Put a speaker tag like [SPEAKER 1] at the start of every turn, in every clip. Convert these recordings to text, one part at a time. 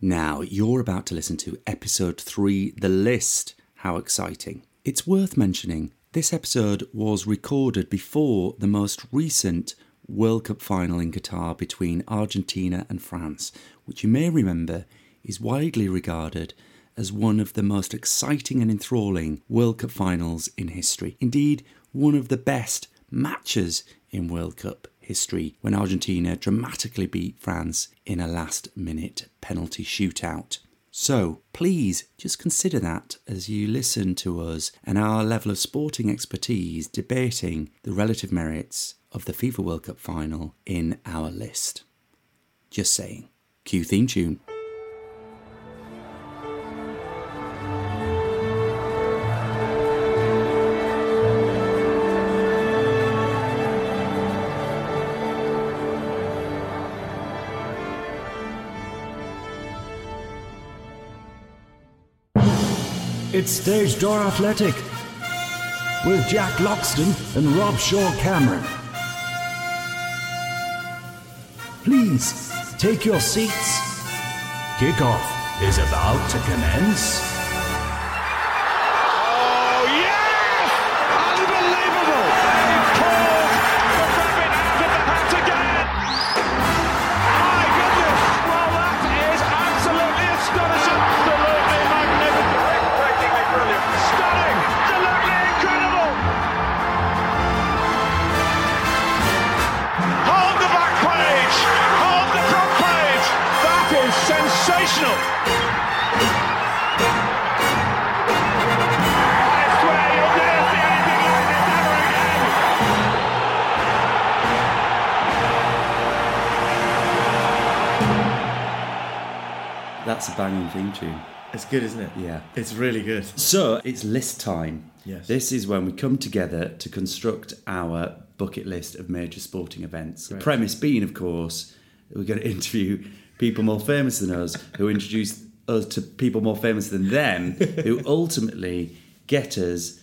[SPEAKER 1] Now, you're about to listen to episode three The List. How exciting! It's worth mentioning this episode was recorded before the most recent World Cup final in Qatar between Argentina and France, which you may remember is widely regarded as one of the most exciting and enthralling World Cup finals in history. Indeed, one of the best matches in World Cup history when Argentina dramatically beat France in a last minute penalty shootout. So please just consider that as you listen to us and our level of sporting expertise debating the relative merits of the FIFA World Cup final in our list. Just saying. Cue theme tune.
[SPEAKER 2] It's Stage Door Athletic with Jack Loxton and Rob Shaw Cameron. Please take your seats. Kickoff is about to commence.
[SPEAKER 3] Oh, yes! Unbelievable! They've called the rabbit out of the hat again! My goodness! Well, that is absolutely astonishing! Absolutely magnificent! Breathtakingly brilliant! Stunning! Absolutely incredible! Hold the back page! Hold the front page! That is sensational! I swear you'll never see anything like this ever again!
[SPEAKER 1] That's a banging theme tune.
[SPEAKER 4] It's good, isn't it?
[SPEAKER 1] Yeah.
[SPEAKER 4] It's really good.
[SPEAKER 1] So it's list time.
[SPEAKER 4] Yes.
[SPEAKER 1] This is when we come together to construct our bucket list of major sporting events. The premise being, of course, that we're going to interview people more famous than us who introduce us to people more famous than them who ultimately get us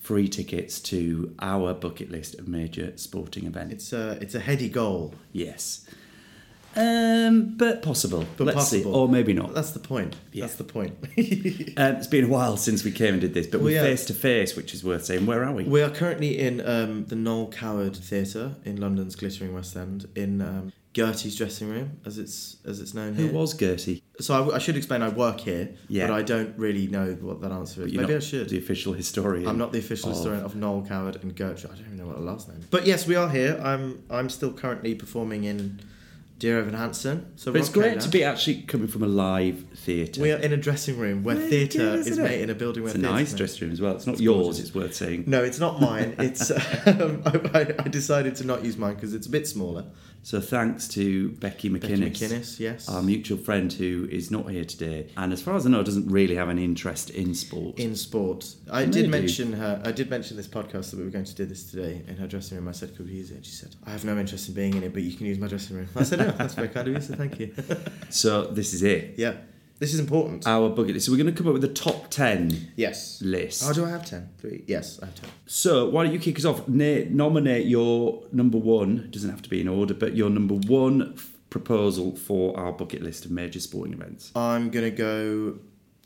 [SPEAKER 1] free tickets to our bucket list of major sporting events.
[SPEAKER 4] It's a, it's a heady goal,
[SPEAKER 1] yes. Um, but possible.
[SPEAKER 4] but
[SPEAKER 1] Let's
[SPEAKER 4] possible.
[SPEAKER 1] see. Or maybe not.
[SPEAKER 4] That's the point. That's the point.
[SPEAKER 1] Um, it's been a while since we came and did this, but we're
[SPEAKER 4] yeah.
[SPEAKER 1] face to face, which is worth saying. Where are we?
[SPEAKER 4] we are currently in um, the Noel Coward Theatre in London's glittering West End in um, Gertie's dressing room, as it's as it's known
[SPEAKER 1] Who
[SPEAKER 4] here.
[SPEAKER 1] was Gertie?
[SPEAKER 4] so I, I should explain I work here,
[SPEAKER 1] Yeah.
[SPEAKER 4] but I don't really know what that answer is.
[SPEAKER 1] You're
[SPEAKER 4] Maybe
[SPEAKER 1] not
[SPEAKER 4] I should.
[SPEAKER 1] The official historian. Oh.
[SPEAKER 4] I'm not the official
[SPEAKER 1] of-
[SPEAKER 4] historian of Noel Coward and Gertrude. I don't even know what the last name. Is. But yes, we are here. I'm I'm still currently performing in Dear Evan Hansen. So
[SPEAKER 1] But it's
[SPEAKER 4] Rob
[SPEAKER 1] great
[SPEAKER 4] Taylor-
[SPEAKER 1] to be actually coming from a live theatre.
[SPEAKER 4] We are in a dressing room where
[SPEAKER 1] Really
[SPEAKER 4] theatre
[SPEAKER 1] good,
[SPEAKER 4] is
[SPEAKER 1] isn't
[SPEAKER 4] made
[SPEAKER 1] it?
[SPEAKER 4] in a building where
[SPEAKER 1] It's a
[SPEAKER 4] theatre
[SPEAKER 1] nice
[SPEAKER 4] is made.
[SPEAKER 1] dressing room as well. It's not yours.
[SPEAKER 4] gorgeous.
[SPEAKER 1] It's worth saying.
[SPEAKER 4] No, it's not mine. It's um, I, I decided to not use mine because it's a bit smaller.
[SPEAKER 1] So thanks to Becky
[SPEAKER 4] Becky
[SPEAKER 1] McInnes,
[SPEAKER 4] McInnes, yes.
[SPEAKER 1] our mutual friend who is not here today, and as far as I know, doesn't really have an interest in sport.
[SPEAKER 4] in sport, I
[SPEAKER 1] Maybe.
[SPEAKER 4] did mention her. I did mention this podcast that we were going to do this today in her dressing room. I said, "Could we use it?" And she said, "I have no interest in being in it, but you can use my dressing room." I said, "Oh, that's very kind of you. So thank you."
[SPEAKER 1] so this is it.
[SPEAKER 4] yeah, this is important.
[SPEAKER 1] Our bucket list. So we're going to come up with a top ten
[SPEAKER 4] yes.
[SPEAKER 1] list.
[SPEAKER 4] Oh, do I have ten? Three. Yes, I have ten.
[SPEAKER 1] So why don't you kick us off? Na- nominate your number one. It doesn't have to be in order, but your number one f- proposal for our bucket list of major sporting events.
[SPEAKER 4] I'm gonna go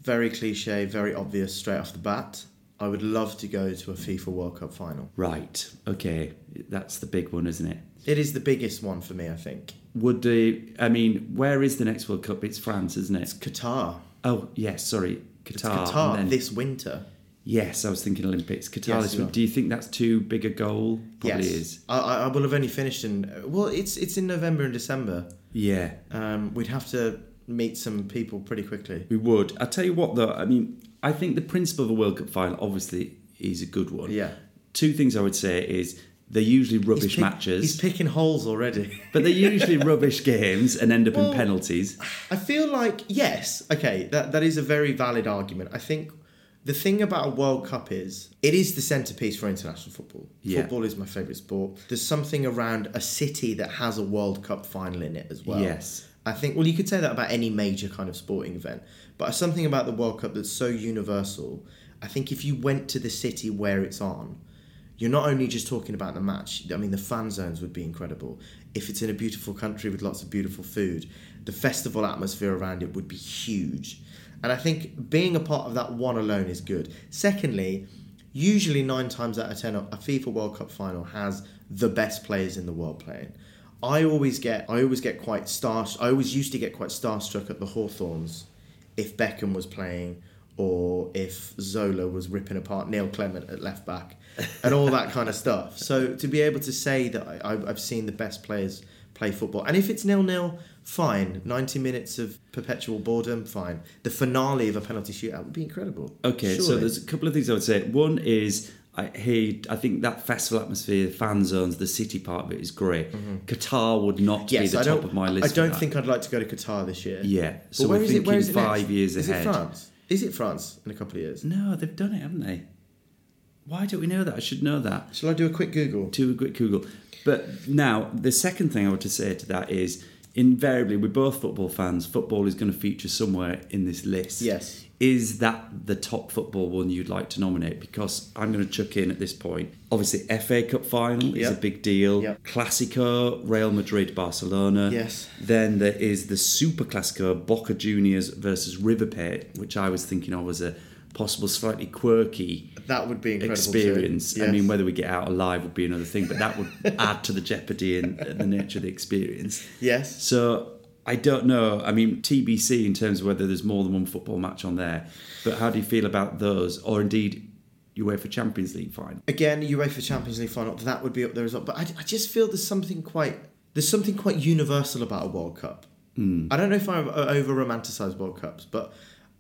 [SPEAKER 4] very cliche, very obvious, straight off the bat. I would love to go to a FIFA World Cup final.
[SPEAKER 1] Right. Okay. That's the big one, isn't it?
[SPEAKER 4] It is the biggest one for me, I think.
[SPEAKER 1] Would the I mean, where is the next World Cup? It's France, isn't it?
[SPEAKER 4] Qatar.
[SPEAKER 1] Oh yes, sorry, Qatar.
[SPEAKER 4] It's
[SPEAKER 1] and
[SPEAKER 4] Qatar
[SPEAKER 1] then-
[SPEAKER 4] this winter.
[SPEAKER 1] yes, I was thinking Olympics. Qatar.
[SPEAKER 4] Yes,
[SPEAKER 1] this
[SPEAKER 4] you
[SPEAKER 1] one.
[SPEAKER 4] are.
[SPEAKER 1] Do you think that's too big a goal? Probably is.
[SPEAKER 4] I, I I will have only finished in well, it's it's in November and December.
[SPEAKER 1] Yeah.
[SPEAKER 4] Um, we'd have to meet some people pretty quickly.
[SPEAKER 1] We would. I tell you what, though. I mean, I think the principle of a World Cup final obviously is a good one.
[SPEAKER 4] Yeah.
[SPEAKER 1] Two things I would say is they're usually rubbish
[SPEAKER 4] pick-
[SPEAKER 1] matches,
[SPEAKER 4] He's picking holes already.
[SPEAKER 1] but they're usually rubbish games and end up
[SPEAKER 4] Well-
[SPEAKER 1] in penalties.
[SPEAKER 4] I feel like yes, okay, that that is a very valid argument. I think the thing about a World Cup is it is the centerpiece for international football.
[SPEAKER 1] Yeah.
[SPEAKER 4] Football is my favorite sport. There's something around a city that has a World Cup final in it as well.
[SPEAKER 1] Yes.
[SPEAKER 4] I think well you could say that about any major kind of sporting event, but something about the World Cup that's so universal. I think if you went to the city where it's on, you're not only just talking about the match. I mean, the fan zones would be incredible. If it's in a beautiful country with lots of beautiful food, the festival atmosphere around it would be huge. And I think being a part of that one alone is good. Secondly, usually nine times out of ten, a FIFA World Cup final has the best players in the world playing. I always get, I always get quite star. I always used to get quite starstruck at the Hawthorns if Beckham was playing or if Zola was ripping apart Neil Clement at left back and all that kind of stuff. So to be able to say that I, I- I've seen the best players play football, and if it's nil nil, fine. Ninety minutes of perpetual boredom, fine. The finale of a penalty shootout would be incredible.
[SPEAKER 1] Okay, so
[SPEAKER 4] surely.
[SPEAKER 1] there's a couple of things I would say. One is I hate. I think that festival atmosphere, the fan zones, the city part of it is great. Qatar would not be
[SPEAKER 4] Mm-hmm. yes,
[SPEAKER 1] the
[SPEAKER 4] I
[SPEAKER 1] top
[SPEAKER 4] don't.
[SPEAKER 1] of my list.
[SPEAKER 4] I
[SPEAKER 1] for
[SPEAKER 4] don't
[SPEAKER 1] that.
[SPEAKER 4] think I'd like to go to Qatar this year.
[SPEAKER 1] Yeah,
[SPEAKER 4] But
[SPEAKER 1] so
[SPEAKER 4] where
[SPEAKER 1] we're
[SPEAKER 4] is it-
[SPEAKER 1] thinking
[SPEAKER 4] where is it
[SPEAKER 1] five
[SPEAKER 4] next?
[SPEAKER 1] years
[SPEAKER 4] is
[SPEAKER 1] ahead. Mm.
[SPEAKER 4] it France? Is it France in a couple of years?
[SPEAKER 1] No, they've done it, haven't they? Why don't we know that? I should know that.
[SPEAKER 4] Shall I do a quick Google?
[SPEAKER 1] to a quick Google. But now, the second thing I want to say to that is invariably, we're both football fans. Football is going to feature somewhere in this list.
[SPEAKER 4] Yes.
[SPEAKER 1] Is that the top football one you'd like to nominate? Because I'm going to chuck in at this point. Obviously, FA Cup final is
[SPEAKER 4] Yep.
[SPEAKER 1] a big deal.
[SPEAKER 4] Yep.
[SPEAKER 1] Classico, Real Madrid, Barcelona.
[SPEAKER 4] Yes.
[SPEAKER 1] Then there is the Super Classico, Boca Juniors versus River Plate, which I was thinking of as a possible slightly quirky
[SPEAKER 4] That would be incredible. too.
[SPEAKER 1] experience. I
[SPEAKER 4] Yes.
[SPEAKER 1] mean, whether we get out alive would be another thing, but that would add to the jeopardy and the nature of the experience.
[SPEAKER 4] yes.
[SPEAKER 1] So I don't know. I mean, TBC in terms of whether there's more than one football match on there, but how do you feel about those, or indeed UEFA Champions League final?
[SPEAKER 4] again UEFA Champions League final that would be up there as well but I, I just feel there's something quite there's something quite universal about a World Cup
[SPEAKER 1] Mm.
[SPEAKER 4] I don't know if I over romanticize World Cups but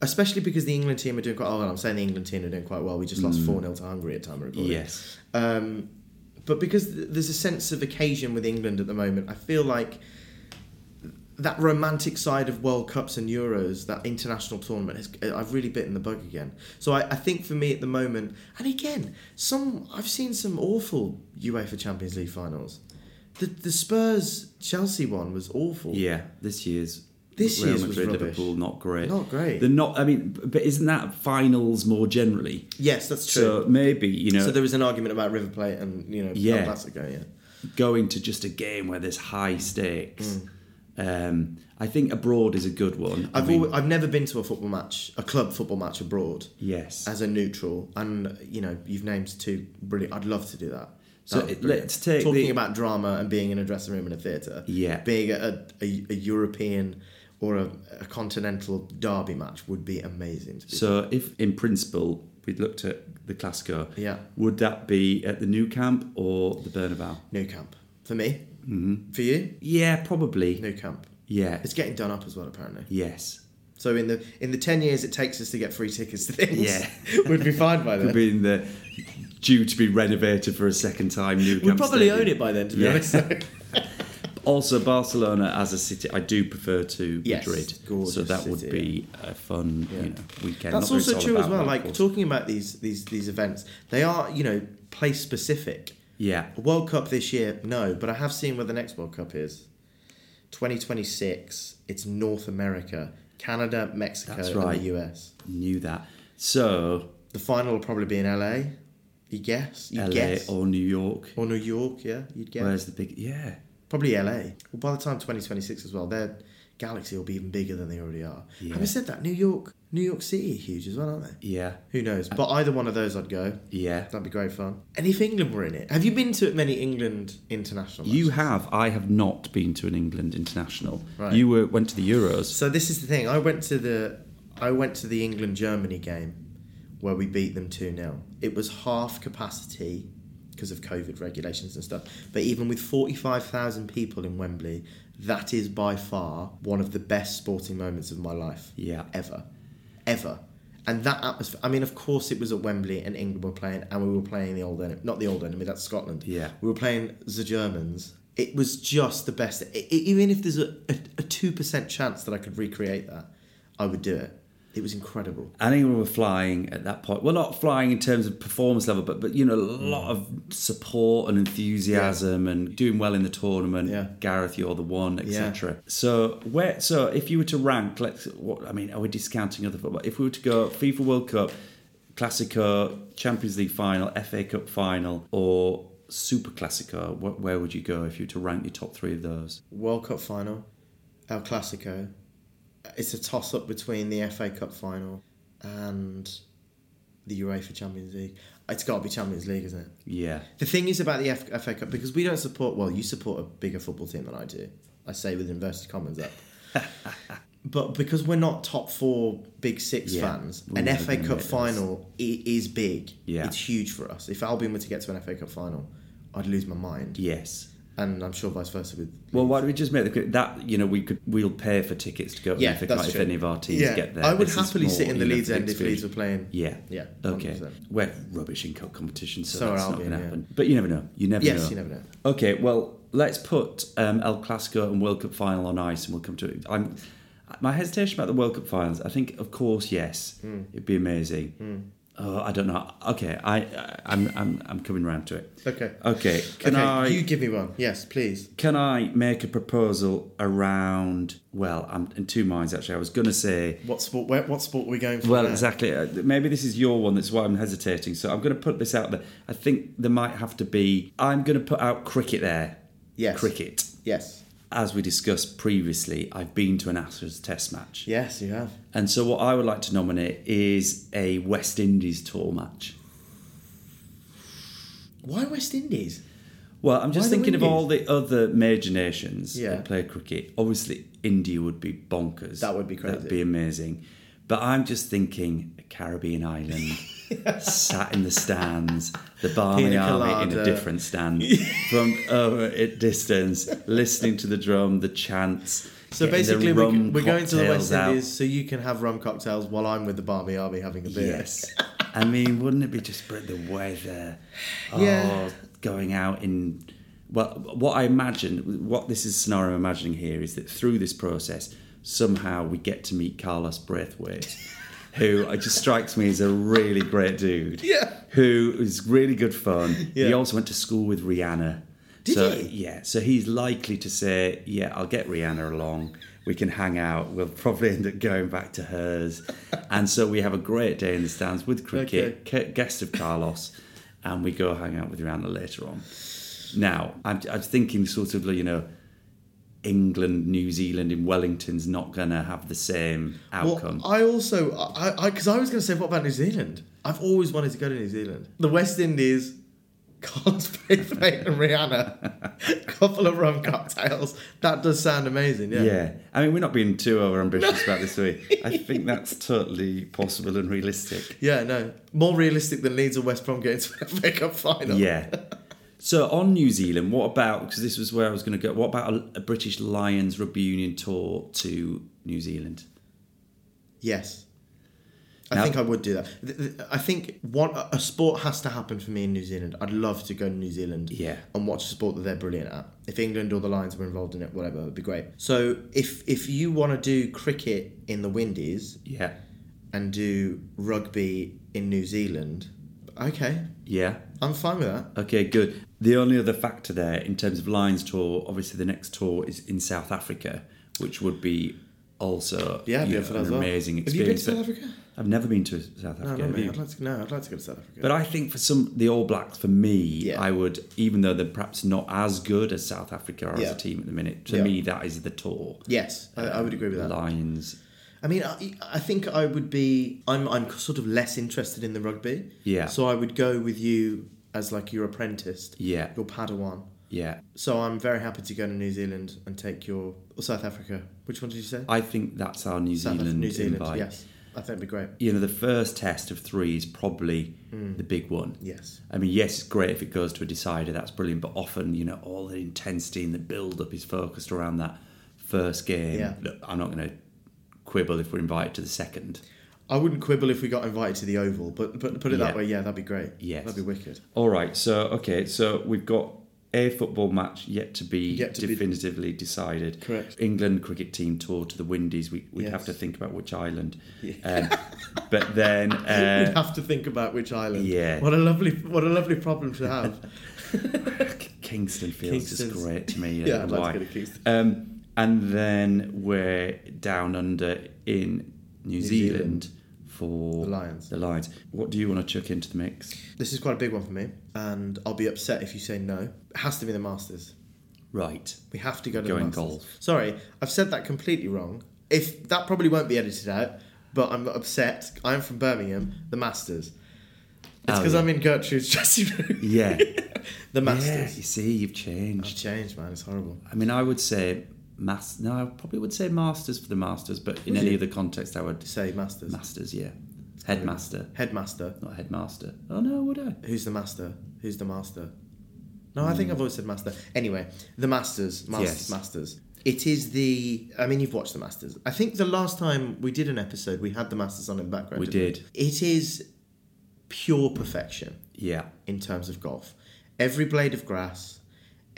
[SPEAKER 4] especially because the England team are doing quite oh, well I'm saying the England team are doing quite well we just
[SPEAKER 1] Mm.
[SPEAKER 4] lost 4-0 to Hungary at time of recording
[SPEAKER 1] Yes.
[SPEAKER 4] but because th- there's a sense of occasion with England at the moment, I feel like that romantic side of World Cups and Euros, that international tournament, has, uh, I've really bitten the bug again. So I, I think for me at the moment, and again, some I've seen some awful UEFA Champions League finals. The the Spurs Chelsea one was awful.
[SPEAKER 1] Yeah, this year's.
[SPEAKER 4] This
[SPEAKER 1] Real
[SPEAKER 4] year's was
[SPEAKER 1] Madrid,
[SPEAKER 4] rubbish.
[SPEAKER 1] Liverpool, not great.
[SPEAKER 4] Not great.
[SPEAKER 1] They're not. I mean, but isn't that finals more generally?
[SPEAKER 4] Yes, that's true.
[SPEAKER 1] So
[SPEAKER 4] So,
[SPEAKER 1] maybe you know.
[SPEAKER 4] there was an argument about River Plate and you know
[SPEAKER 1] Yeah.
[SPEAKER 4] yeah. Classico, yeah.
[SPEAKER 1] going to just a game where there's high stakes. Um, I think abroad is a good one. I
[SPEAKER 4] Mm. I've
[SPEAKER 1] mean,
[SPEAKER 4] always, I've never been to a football match, a club football match abroad.
[SPEAKER 1] yes.
[SPEAKER 4] as a neutral, and you know, you've named two brilliant. I'd love to do that.
[SPEAKER 1] So
[SPEAKER 4] That'd be
[SPEAKER 1] it-
[SPEAKER 4] brilliant.
[SPEAKER 1] let's take
[SPEAKER 4] talking
[SPEAKER 1] the-
[SPEAKER 4] about drama and being in a dressing room in a theatre.
[SPEAKER 1] Yeah.
[SPEAKER 4] being at a, a, a European or a, a continental derby match would be amazing. To be
[SPEAKER 1] so if in principle we'd looked at the Classico,
[SPEAKER 4] Yeah.
[SPEAKER 1] would that be at the new camp or the Bernabeu?
[SPEAKER 4] New Camp for me, mm-hmm. for you,
[SPEAKER 1] Yeah, probably.
[SPEAKER 4] New Camp.
[SPEAKER 1] Yeah.
[SPEAKER 4] It's getting done up as well, apparently.
[SPEAKER 1] yes.
[SPEAKER 4] So in the in the ten years it takes us to get free tickets to things,
[SPEAKER 1] Yeah.
[SPEAKER 4] we'd be fine by then.
[SPEAKER 1] Being the due to be renovated for a second time, new
[SPEAKER 4] We'd probably own it by then, to be
[SPEAKER 1] Yeah.
[SPEAKER 4] honest.
[SPEAKER 1] Also, Barcelona as a city, I do prefer to
[SPEAKER 4] Yes,
[SPEAKER 1] Madrid,
[SPEAKER 4] gorgeous
[SPEAKER 1] so that would be
[SPEAKER 4] city,
[SPEAKER 1] a fun
[SPEAKER 4] Yeah.
[SPEAKER 1] you know, weekend.
[SPEAKER 4] That's
[SPEAKER 1] Not that it's
[SPEAKER 4] also
[SPEAKER 1] all
[SPEAKER 4] true as
[SPEAKER 1] about
[SPEAKER 4] well.
[SPEAKER 1] that,
[SPEAKER 4] Like
[SPEAKER 1] of course.
[SPEAKER 4] talking about these these these events, they are you know place specific.
[SPEAKER 1] yeah,
[SPEAKER 4] World Cup this year, no, but I have seen where the next World Cup is. 2026. It's North America, Canada, Mexico,
[SPEAKER 1] That's right.
[SPEAKER 4] and the US.
[SPEAKER 1] knew that. So
[SPEAKER 4] The final will probably be in LA. You guess? You
[SPEAKER 1] LA
[SPEAKER 4] guess? Or,
[SPEAKER 1] or New York.
[SPEAKER 4] New York? Yeah, you'd guess.
[SPEAKER 1] Where's the big? Yeah,
[SPEAKER 4] Probably LA. Well, by the time 2026 as well, their galaxy will be even bigger than they already are.
[SPEAKER 1] Yeah.
[SPEAKER 4] Having said that, New York, New York City, are huge as well, aren't they?
[SPEAKER 1] yeah,
[SPEAKER 4] Who knows? But either one of those, I'd go.
[SPEAKER 1] yeah.
[SPEAKER 4] That'd be great fun. And if England were in it, have you been to many England international? matches?
[SPEAKER 1] You have. I have not been to an England international.
[SPEAKER 4] Right.
[SPEAKER 1] You were went to the Euros.
[SPEAKER 4] So this is the thing. I went to the I went to the England Germany game where we beat them 2 0. It was half capacity because of COVID regulations and stuff. But even with 45,000 people in Wembley, that is by far one of the best sporting moments of my life.
[SPEAKER 1] Yeah.
[SPEAKER 4] Ever. Ever. And that atmosphere, I mean, of course it was at Wembley and England were playing, and we were playing the old enemy, not the old enemy, that's Scotland.
[SPEAKER 1] Yeah.
[SPEAKER 4] We were playing the Germans. It was just the best. I- I- even if there's a, a, a 2% chance that I could recreate that, I would do it. It was incredible.
[SPEAKER 1] And England were flying at that point. Well, not flying in terms of performance level, but but you know, a lot of support and enthusiasm and doing well in the tournament.
[SPEAKER 4] Yeah.
[SPEAKER 1] Gareth, you're the one, etc. So where? So if you were to rank, let's. What I mean, are we discounting other football? If we were to go FIFA World Cup, Classico, Champions League final, FA Cup final, or Super Classico, wh- where would you go if you were to rank your top three of those?
[SPEAKER 4] World Cup final, El Clasico. It's a toss up between the FA Cup final and the UEFA Champions League. It's got to be Champions League, isn't it?
[SPEAKER 1] Yeah.
[SPEAKER 4] The thing is about the F- FA Cup because we don't support. Well, you support a bigger football team than I do. I say with inverted commas up. but because we're not top four, big six
[SPEAKER 1] Yeah,
[SPEAKER 4] fans,
[SPEAKER 1] we're
[SPEAKER 4] an
[SPEAKER 1] never
[SPEAKER 4] FA
[SPEAKER 1] gonna
[SPEAKER 4] Cup
[SPEAKER 1] make this.
[SPEAKER 4] final i- is big.
[SPEAKER 1] Yeah.
[SPEAKER 4] it's huge for us. If Albion were to get to an FA Cup final, I'd lose my mind,
[SPEAKER 1] Yes.
[SPEAKER 4] and I'm sure vice versa with.
[SPEAKER 1] Well, why don't we just make the that? You know, we could we'll pay for tickets to go to
[SPEAKER 4] Yeah,
[SPEAKER 1] if,
[SPEAKER 4] that's
[SPEAKER 1] if
[SPEAKER 4] true.
[SPEAKER 1] any of our teams
[SPEAKER 4] yeah,
[SPEAKER 1] get there.
[SPEAKER 4] I would
[SPEAKER 1] This is
[SPEAKER 4] happily sit
[SPEAKER 1] more
[SPEAKER 4] in the
[SPEAKER 1] in a
[SPEAKER 4] Leeds end if
[SPEAKER 1] fixed
[SPEAKER 4] Leeds
[SPEAKER 1] field.
[SPEAKER 4] were playing.
[SPEAKER 1] Yeah.
[SPEAKER 4] Yeah,
[SPEAKER 1] Okay.
[SPEAKER 4] 100%.
[SPEAKER 1] We're rubbish in cup competition, so,
[SPEAKER 4] So are
[SPEAKER 1] that's not
[SPEAKER 4] Albion,
[SPEAKER 1] going to
[SPEAKER 4] yeah.
[SPEAKER 1] happen. But you never know. You never know.
[SPEAKER 4] Yes, you never know.
[SPEAKER 1] Okay. Well, let's put um, El Clasico and World Cup final on ice, and we'll come to it. I'm. My hesitation about the World Cup finals. I think, of course, yes,
[SPEAKER 4] Hmm.
[SPEAKER 1] it'd be amazing. Oh, I don't know. Okay, I, I I'm, I'm, I'm coming round to it.
[SPEAKER 4] Okay.
[SPEAKER 1] Okay. Uh, Can
[SPEAKER 4] okay,
[SPEAKER 1] I?
[SPEAKER 4] You give me one. Yes, please.
[SPEAKER 1] Can I make a proposal around? Well, I'm in two minds actually. I was going to say,
[SPEAKER 4] What sport? Where, what sport are we going for?
[SPEAKER 1] well,
[SPEAKER 4] there?
[SPEAKER 1] exactly. uh, Maybe this is your one. That's why I'm hesitating. So I'm going to put this out there. I think there might have to be. I'm going to put out cricket there.
[SPEAKER 4] Yes.
[SPEAKER 1] Cricket.
[SPEAKER 4] Yes.
[SPEAKER 1] As we discussed previously, I've been to an Ashes Test match,
[SPEAKER 4] Yes, you have.
[SPEAKER 1] and so what I would like to nominate is a West Indies tour match.
[SPEAKER 4] Why West Indies?
[SPEAKER 1] Well, I'm
[SPEAKER 4] Why
[SPEAKER 1] just
[SPEAKER 4] the
[SPEAKER 1] thinking of
[SPEAKER 4] Windies?
[SPEAKER 1] all the other major nations
[SPEAKER 4] Yeah.
[SPEAKER 1] that play cricket. Obviously, India would be bonkers.
[SPEAKER 4] That would be
[SPEAKER 1] That'd
[SPEAKER 4] crazy.
[SPEAKER 1] be amazing. But I'm just thinking a Caribbean island, sat in the stands, the Barmy
[SPEAKER 4] Pina
[SPEAKER 1] Army in a
[SPEAKER 4] colada.
[SPEAKER 1] different stand from over at distance, listening to the drum, the chants.
[SPEAKER 4] So
[SPEAKER 1] getting the
[SPEAKER 4] basically, we're,
[SPEAKER 1] rum
[SPEAKER 4] we're going to the
[SPEAKER 1] cocktails
[SPEAKER 4] West
[SPEAKER 1] out.
[SPEAKER 4] Indies so you can have rum cocktails while I'm with the Barbie Army having a beer.
[SPEAKER 1] Yes. I mean, wouldn't it be just br- the weather? Oh,
[SPEAKER 4] Yeah.
[SPEAKER 1] going out in. Well, what I imagine, what this is scenario I'm imagining here is that through this process, somehow we get to meet Carlos Braithwaite, who uh, just strikes me as a really great dude.
[SPEAKER 4] Yeah.
[SPEAKER 1] Who is really good fun. He
[SPEAKER 4] Yeah.
[SPEAKER 1] also went to school with Rihanna.
[SPEAKER 4] Did
[SPEAKER 1] so,
[SPEAKER 4] he?
[SPEAKER 1] Yeah, so he's likely to say, "Yeah, I'll get Rihanna along. We can hang out. We'll probably end up going back to hers." and so we have a great day in the stands with cricket, ca- guest of Carlos, and we go hang out with Rihanna later on. Now, I'm, I'm thinking sort of, you know, England, New Zealand, in Wellington's not gonna have the same outcome.
[SPEAKER 4] Well, I also, I, I, because I was going to say, what about New Zealand? I've always wanted to go to New Zealand. The West Indies, Carlos Braithwaite and Rihanna, couple of rum cocktails. That does sound amazing. Yeah.
[SPEAKER 1] yeah, I mean, we're not being too over ambitious about this, are we? I think that's totally possible and realistic.
[SPEAKER 4] Yeah, no, more realistic than Leeds or West Brom getting to an FA Cup final.
[SPEAKER 1] Yeah. So on New Zealand, what about because this was where I was going to go? What about a, a British Lions rugby union tour to New Zealand?
[SPEAKER 4] Yes. I
[SPEAKER 1] Now-
[SPEAKER 4] think I would do that. Th- th- I think one a sport has to happen for me in New Zealand. I'd love to go to New Zealand
[SPEAKER 1] Yeah.
[SPEAKER 4] and watch a sport that they're brilliant at. If England or the Lions were involved in it, whatever, it'd be great. So if if you want to do cricket in the Windies
[SPEAKER 1] Yeah,
[SPEAKER 4] and do rugby in New Zealand, okay,
[SPEAKER 1] yeah.
[SPEAKER 4] I'm fine with that.
[SPEAKER 1] Okay, good. The only other factor there in terms of Lions tour, obviously the next tour is in South Africa, which would be also
[SPEAKER 4] Yeah,
[SPEAKER 1] you
[SPEAKER 4] I'd be
[SPEAKER 1] know,
[SPEAKER 4] up for that
[SPEAKER 1] an
[SPEAKER 4] as well.
[SPEAKER 1] amazing
[SPEAKER 4] Have you been to
[SPEAKER 1] experience.
[SPEAKER 4] South
[SPEAKER 1] but
[SPEAKER 4] Africa?
[SPEAKER 1] I've never been to South
[SPEAKER 4] No,
[SPEAKER 1] Africa.
[SPEAKER 4] no,
[SPEAKER 1] Have
[SPEAKER 4] mate.
[SPEAKER 1] you?
[SPEAKER 4] I'd like to, no, I'd like to go to South Africa.
[SPEAKER 1] But I think for some the All Blacks, for me,
[SPEAKER 4] Yeah.
[SPEAKER 1] I would even though they're perhaps not as good as South Africa or as
[SPEAKER 4] Yeah.
[SPEAKER 1] a team at the minute. To
[SPEAKER 4] Yeah.
[SPEAKER 1] me, that is the tour.
[SPEAKER 4] yes, I, I would agree with that.
[SPEAKER 1] Lions.
[SPEAKER 4] I mean, I, I think I would be. I'm I'm sort of less interested in the rugby.
[SPEAKER 1] Yeah.
[SPEAKER 4] So I would go with you as like your apprentice.
[SPEAKER 1] Yeah.
[SPEAKER 4] Your Padawan.
[SPEAKER 1] Yeah.
[SPEAKER 4] So I'm very happy to go to New Zealand and take your or South Africa. Which one did you say?
[SPEAKER 1] I think that's our New
[SPEAKER 4] South Af-
[SPEAKER 1] Zealand,
[SPEAKER 4] New Zealand.
[SPEAKER 1] invite.
[SPEAKER 4] Yes. I think it'd be great.
[SPEAKER 1] You know, the first test of three is probably
[SPEAKER 4] Mm.
[SPEAKER 1] the big one.
[SPEAKER 4] Yes.
[SPEAKER 1] I mean, yes, it's great if it goes to a decider, that's brilliant, but often, you know, all the intensity and the build up is focused around that first game.
[SPEAKER 4] Yeah.
[SPEAKER 1] Look, I'm not going to quibble if we're invited to the second.
[SPEAKER 4] I wouldn't quibble if we got invited to the Oval, but but put it that
[SPEAKER 1] Yeah.
[SPEAKER 4] way, yeah, that'd be great.
[SPEAKER 1] Yes.
[SPEAKER 4] That'd be wicked.
[SPEAKER 1] All right, so, okay, so we've got a football match yet to be
[SPEAKER 4] Yet to be-
[SPEAKER 1] definitively decided.
[SPEAKER 4] Correct.
[SPEAKER 1] England cricket team tour to the Windies. We, we'd
[SPEAKER 4] Yes.
[SPEAKER 1] have to think about which island. Um, but then. Uh,
[SPEAKER 4] We'd have to think about which island.
[SPEAKER 1] yeah.
[SPEAKER 4] What a lovely what a lovely problem to have.
[SPEAKER 1] Kingston feels just
[SPEAKER 4] Kingston's-
[SPEAKER 1] great to me. I
[SPEAKER 4] Yeah,
[SPEAKER 1] don't
[SPEAKER 4] I'd
[SPEAKER 1] know
[SPEAKER 4] like to
[SPEAKER 1] why.
[SPEAKER 4] go to Kingston.
[SPEAKER 1] Um, and then we're down under in New, Zealand,
[SPEAKER 4] Zealand.
[SPEAKER 1] for
[SPEAKER 4] The Lions.
[SPEAKER 1] The Lions. What do you want to chuck into the mix?
[SPEAKER 4] This is quite a big one for me, and I'll be upset if you say no. It has to be the Masters.
[SPEAKER 1] Right.
[SPEAKER 4] We have to go to
[SPEAKER 1] Going
[SPEAKER 4] the Masters.
[SPEAKER 1] golf.
[SPEAKER 4] Sorry, I've said that completely wrong. If that probably won't be edited out, but I'm upset. I'm from Birmingham. The Masters. It's
[SPEAKER 1] Oh,
[SPEAKER 4] because
[SPEAKER 1] yeah.
[SPEAKER 4] I'm in Gertrude's dressing room.
[SPEAKER 1] Yeah.
[SPEAKER 4] the
[SPEAKER 1] yeah,
[SPEAKER 4] Masters.
[SPEAKER 1] you see, you've changed.
[SPEAKER 4] Change, man. It's horrible.
[SPEAKER 1] I mean, I would say mas. No, I probably would say masters for the masters, but in any
[SPEAKER 4] you?
[SPEAKER 1] other context, I would
[SPEAKER 4] Say Masters.
[SPEAKER 1] masters. Yeah, headmaster,
[SPEAKER 4] Headmaster.
[SPEAKER 1] not headmaster. Oh no, would I?
[SPEAKER 4] Who's the master? Who's the master? No, I think I've always said master. Anyway, the Masters, Masters,
[SPEAKER 1] Hmm. Yes.
[SPEAKER 4] Masters. It is the. I mean, you've watched the Masters. I think the last time we did an episode, we had the Masters on in the background.
[SPEAKER 1] We
[SPEAKER 4] didn't
[SPEAKER 1] did.
[SPEAKER 4] we? It is pure perfection
[SPEAKER 1] Yeah,
[SPEAKER 4] in terms of golf. Every blade of grass,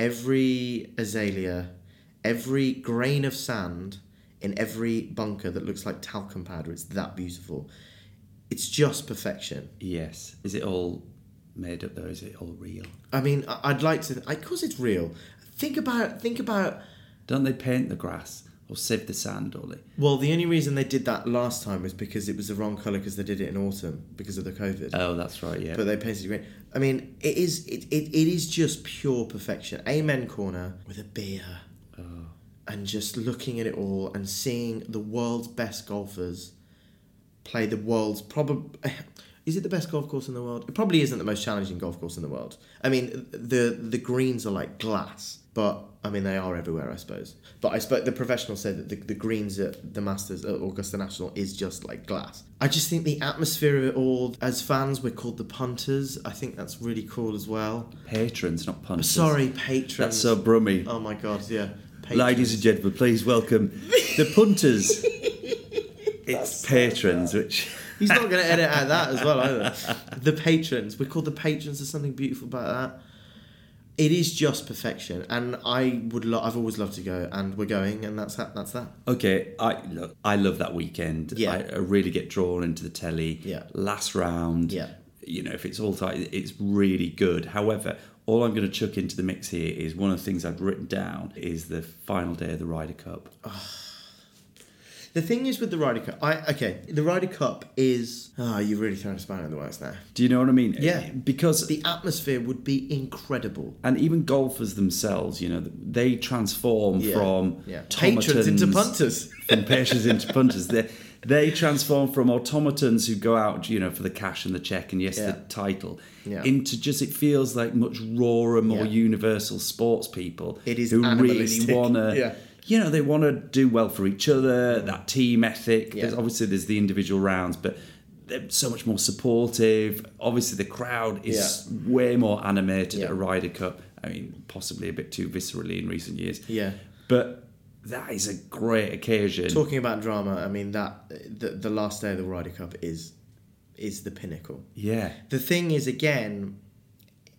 [SPEAKER 4] every azalea, every grain of sand in every bunker that looks like talcum powder. It's that beautiful. It's just perfection.
[SPEAKER 1] yes. Is it all made up though? Is it all real?
[SPEAKER 4] I mean, I- I'd like to. I, of course, it's real. Think about, think about.
[SPEAKER 1] Don't they paint the grass or sieve the sand? Or they?
[SPEAKER 4] Well, the only reason they did that last time was because it was the wrong color because they did it in autumn because of the COVID.
[SPEAKER 1] Oh, that's right. Yeah.
[SPEAKER 4] but they painted it green. I mean, it is it, it, it is just pure perfection. Amen corner with a beer, and just looking at it all and seeing the world's best golfers play the world's probably. Is it the best golf course in the world? It probably isn't the most challenging golf course in the world. I mean, the the greens are like glass, but I mean they are everywhere, I suppose. But I suppose the professionals say that the, the greens at the Masters at Augusta National is just like glass. I just think the atmosphere of it all. As fans, we're called the punters. I think that's really cool as well.
[SPEAKER 1] Patrons, not punters.
[SPEAKER 4] Sorry, patrons.
[SPEAKER 1] That's so brummy.
[SPEAKER 4] Oh my god, yeah. Patrons.
[SPEAKER 1] Ladies and gentlemen, please welcome the punters. It's patrons, which
[SPEAKER 4] He's not going to edit out that as well either. The patrons. We're called the patrons. There's something beautiful about that. It is just perfection, and I would. Lo- I've always loved to go, and we're going, and that's that. That's that.
[SPEAKER 1] Okay, I look. I love that weekend.
[SPEAKER 4] Yeah.
[SPEAKER 1] I, I really get drawn into the telly.
[SPEAKER 4] Yeah.
[SPEAKER 1] Last round.
[SPEAKER 4] Yeah.
[SPEAKER 1] You know, if it's all tight, it's really good. However, all I'm going to chuck into the mix here is one of the things I've written down is the final day of the Ryder Cup.
[SPEAKER 4] Oh. The thing is with the Ryder Cup. I okay. The Ryder Cup is. Ah, you've really thrown a spanner in the works now.
[SPEAKER 1] Do you know what I mean?
[SPEAKER 4] Yeah.
[SPEAKER 1] Because
[SPEAKER 4] The atmosphere would be incredible.
[SPEAKER 1] and even golfers themselves, you know, they transform
[SPEAKER 4] Yeah.
[SPEAKER 1] from
[SPEAKER 4] yeah. patrons
[SPEAKER 1] automatons-
[SPEAKER 4] into punters.
[SPEAKER 1] from patrons into punters. They they transform from automatons who go out, you know, for the cash and the check and yes,
[SPEAKER 4] Yeah.
[SPEAKER 1] the title,
[SPEAKER 4] Yeah.
[SPEAKER 1] into just it feels like much rawer, more
[SPEAKER 4] Yeah.
[SPEAKER 1] universal sports people.
[SPEAKER 4] It is
[SPEAKER 1] who
[SPEAKER 4] animalistic.
[SPEAKER 1] really wanna,
[SPEAKER 4] Yeah. Mm.
[SPEAKER 1] you know, they want to do well for each other. That team ethic. There's,
[SPEAKER 4] Yeah.
[SPEAKER 1] obviously, there's the individual rounds, but. They're so much more supportive. Obviously, the crowd is way more animated at a
[SPEAKER 4] Yeah.
[SPEAKER 1] Ryder Cup. I mean, possibly a bit too viscerally in recent years.
[SPEAKER 4] Yeah.
[SPEAKER 1] But that is a great occasion.
[SPEAKER 4] Talking about drama, I mean that the, the last day of the Ryder Cup is is the pinnacle.
[SPEAKER 1] Yeah.
[SPEAKER 4] The thing is, again,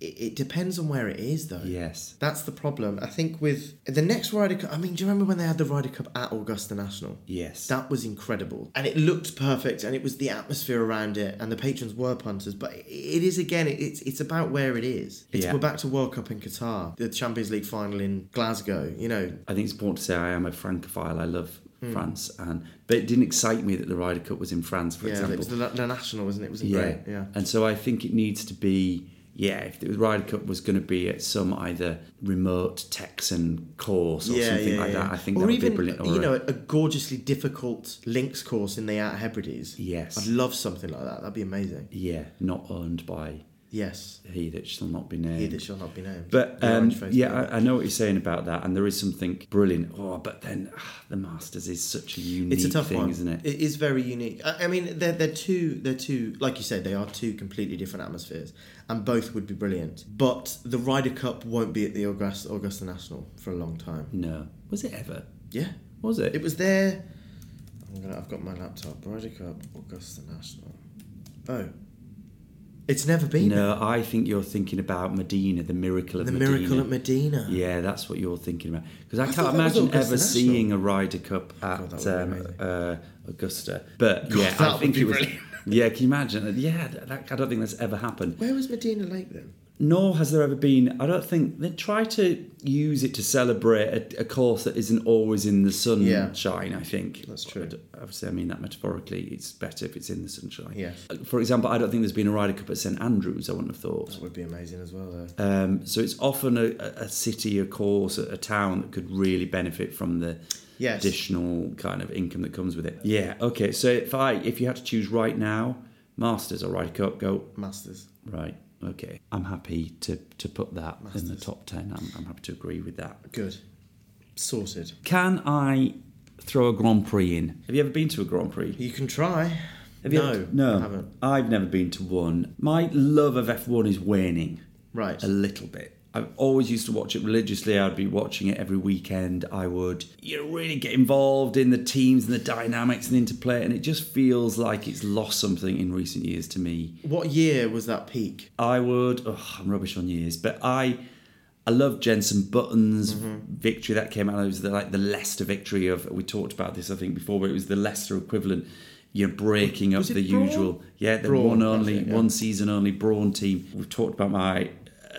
[SPEAKER 4] it, it depends on where it is, though.
[SPEAKER 1] Yes.
[SPEAKER 4] That's the problem. I think with the next Ryder Cup, I mean, do you remember when they had the Ryder Cup at Augusta National?
[SPEAKER 1] Yes.
[SPEAKER 4] That was incredible. And it looked perfect, and it was the atmosphere around it, and the patrons were punters. But it is, again, it- it's it's about where it is. It's,
[SPEAKER 1] Yeah.
[SPEAKER 4] We're back to World Cup in Qatar, the Champions League final in Glasgow, you know.
[SPEAKER 1] I think it's important to say I am a francophile. I love
[SPEAKER 4] Hmm.
[SPEAKER 1] France, and but it didn't excite me that the Ryder Cup was in France, for
[SPEAKER 4] Yeah,
[SPEAKER 1] example.
[SPEAKER 4] it was the, the national, wasn't it? It was
[SPEAKER 1] yeah.
[SPEAKER 4] great. Yeah.
[SPEAKER 1] And so I think it needs to be. Yeah, if the Ryder Cup was going to be at some either remote Texan course or something like that, I think that would be brilliant. Or
[SPEAKER 4] you
[SPEAKER 1] a-
[SPEAKER 4] know, a gorgeously difficult links course in the Outer Hebrides.
[SPEAKER 1] Yes.
[SPEAKER 4] I'd love something like that. That'd be amazing.
[SPEAKER 1] yeah, not owned by
[SPEAKER 4] Yes,
[SPEAKER 1] he that shall not be named.
[SPEAKER 4] he that shall not be named.
[SPEAKER 1] But
[SPEAKER 4] The
[SPEAKER 1] um,
[SPEAKER 4] orange-faced
[SPEAKER 1] yeah,
[SPEAKER 4] man.
[SPEAKER 1] I, I know what you're saying about that, and there is something brilliant. Oh, but then ah, the Masters is such a unique
[SPEAKER 4] it's a tough
[SPEAKER 1] thing,
[SPEAKER 4] one,
[SPEAKER 1] isn't it?
[SPEAKER 4] It is very unique. I, I mean, they're they're two they're two like you said they are two completely different atmospheres, and both would be brilliant. But the Ryder Cup won't be at the Augusta, Augusta National for a long time.
[SPEAKER 1] No, was it ever?
[SPEAKER 4] Yeah,
[SPEAKER 1] Was it?
[SPEAKER 4] it was there. I'm gonna. I've got my laptop. Ryder Cup, Augusta National. Oh, it's never been. there.
[SPEAKER 1] No, I think you're thinking about Medina, the miracle of
[SPEAKER 4] The
[SPEAKER 1] Medina.
[SPEAKER 4] Miracle at Medina.
[SPEAKER 1] Yeah, that's what you're thinking about. Because I,
[SPEAKER 4] I
[SPEAKER 1] can't
[SPEAKER 4] thought that was
[SPEAKER 1] imagine
[SPEAKER 4] Augusta
[SPEAKER 1] ever
[SPEAKER 4] National.
[SPEAKER 1] seeing a Ryder Cup at
[SPEAKER 4] that would be
[SPEAKER 1] um,
[SPEAKER 4] amazing.
[SPEAKER 1] uh, Augusta. But
[SPEAKER 4] God,
[SPEAKER 1] yeah,
[SPEAKER 4] that
[SPEAKER 1] I
[SPEAKER 4] would
[SPEAKER 1] think
[SPEAKER 4] be
[SPEAKER 1] it was.
[SPEAKER 4] brilliant.
[SPEAKER 1] Yeah, can you imagine? Yeah, that, I don't think that's ever happened.
[SPEAKER 4] Where was Medina Lake then?
[SPEAKER 1] nor has there ever been. I don't think they try to use it to celebrate a, a course that isn't always in the sunshine. I think
[SPEAKER 4] That's true.
[SPEAKER 1] I'd- Obviously, I mean that metaphorically. It's better if it's in the sunshine.
[SPEAKER 4] Yes.
[SPEAKER 1] For example, I don't think there's been a Ryder Cup at St Andrews. I wouldn't have thought.
[SPEAKER 4] That would be amazing as well, though.
[SPEAKER 1] Um, so it's often a, a a city, a course, a, a town that could really benefit from the
[SPEAKER 4] Yes.
[SPEAKER 1] additional kind of income that comes with it. Yeah. Okay. So if I, if you had to choose right now, Masters or Ryder Cup, go
[SPEAKER 4] Masters.
[SPEAKER 1] right. Okay. I'm happy to to put that in the top ten. I'm, I'm happy to agree with that.
[SPEAKER 4] Good. Sorted.
[SPEAKER 1] Can I throw a Grand Prix in? Have you ever been to a Grand Prix?
[SPEAKER 4] You can try.
[SPEAKER 1] Have you
[SPEAKER 4] no,
[SPEAKER 1] ever- no,
[SPEAKER 4] I haven't.
[SPEAKER 1] I've never been to one. My love of F1 is waning.
[SPEAKER 4] Right.
[SPEAKER 1] A little bit. I've always used to watch it religiously. I'd be watching it every weekend. I would you know, really get involved in the teams and the dynamics and interplay, and it just feels like it's lost something in recent years to me.
[SPEAKER 4] What year was that peak?
[SPEAKER 1] I would. Oh, I'm rubbish on years, but I, I love Jensen Button's
[SPEAKER 4] Mm-hmm.
[SPEAKER 1] victory that came out. It was the, like the Leicester victory of. We talked about this, I think, before, but it was the Leicester equivalent. You know, breaking up
[SPEAKER 4] Was it
[SPEAKER 1] the
[SPEAKER 4] Brawn?
[SPEAKER 1] usual. Yeah, the
[SPEAKER 4] Brawn,
[SPEAKER 1] one
[SPEAKER 4] that's
[SPEAKER 1] only,
[SPEAKER 4] it, yeah.
[SPEAKER 1] one season only Brawn team. We've talked about my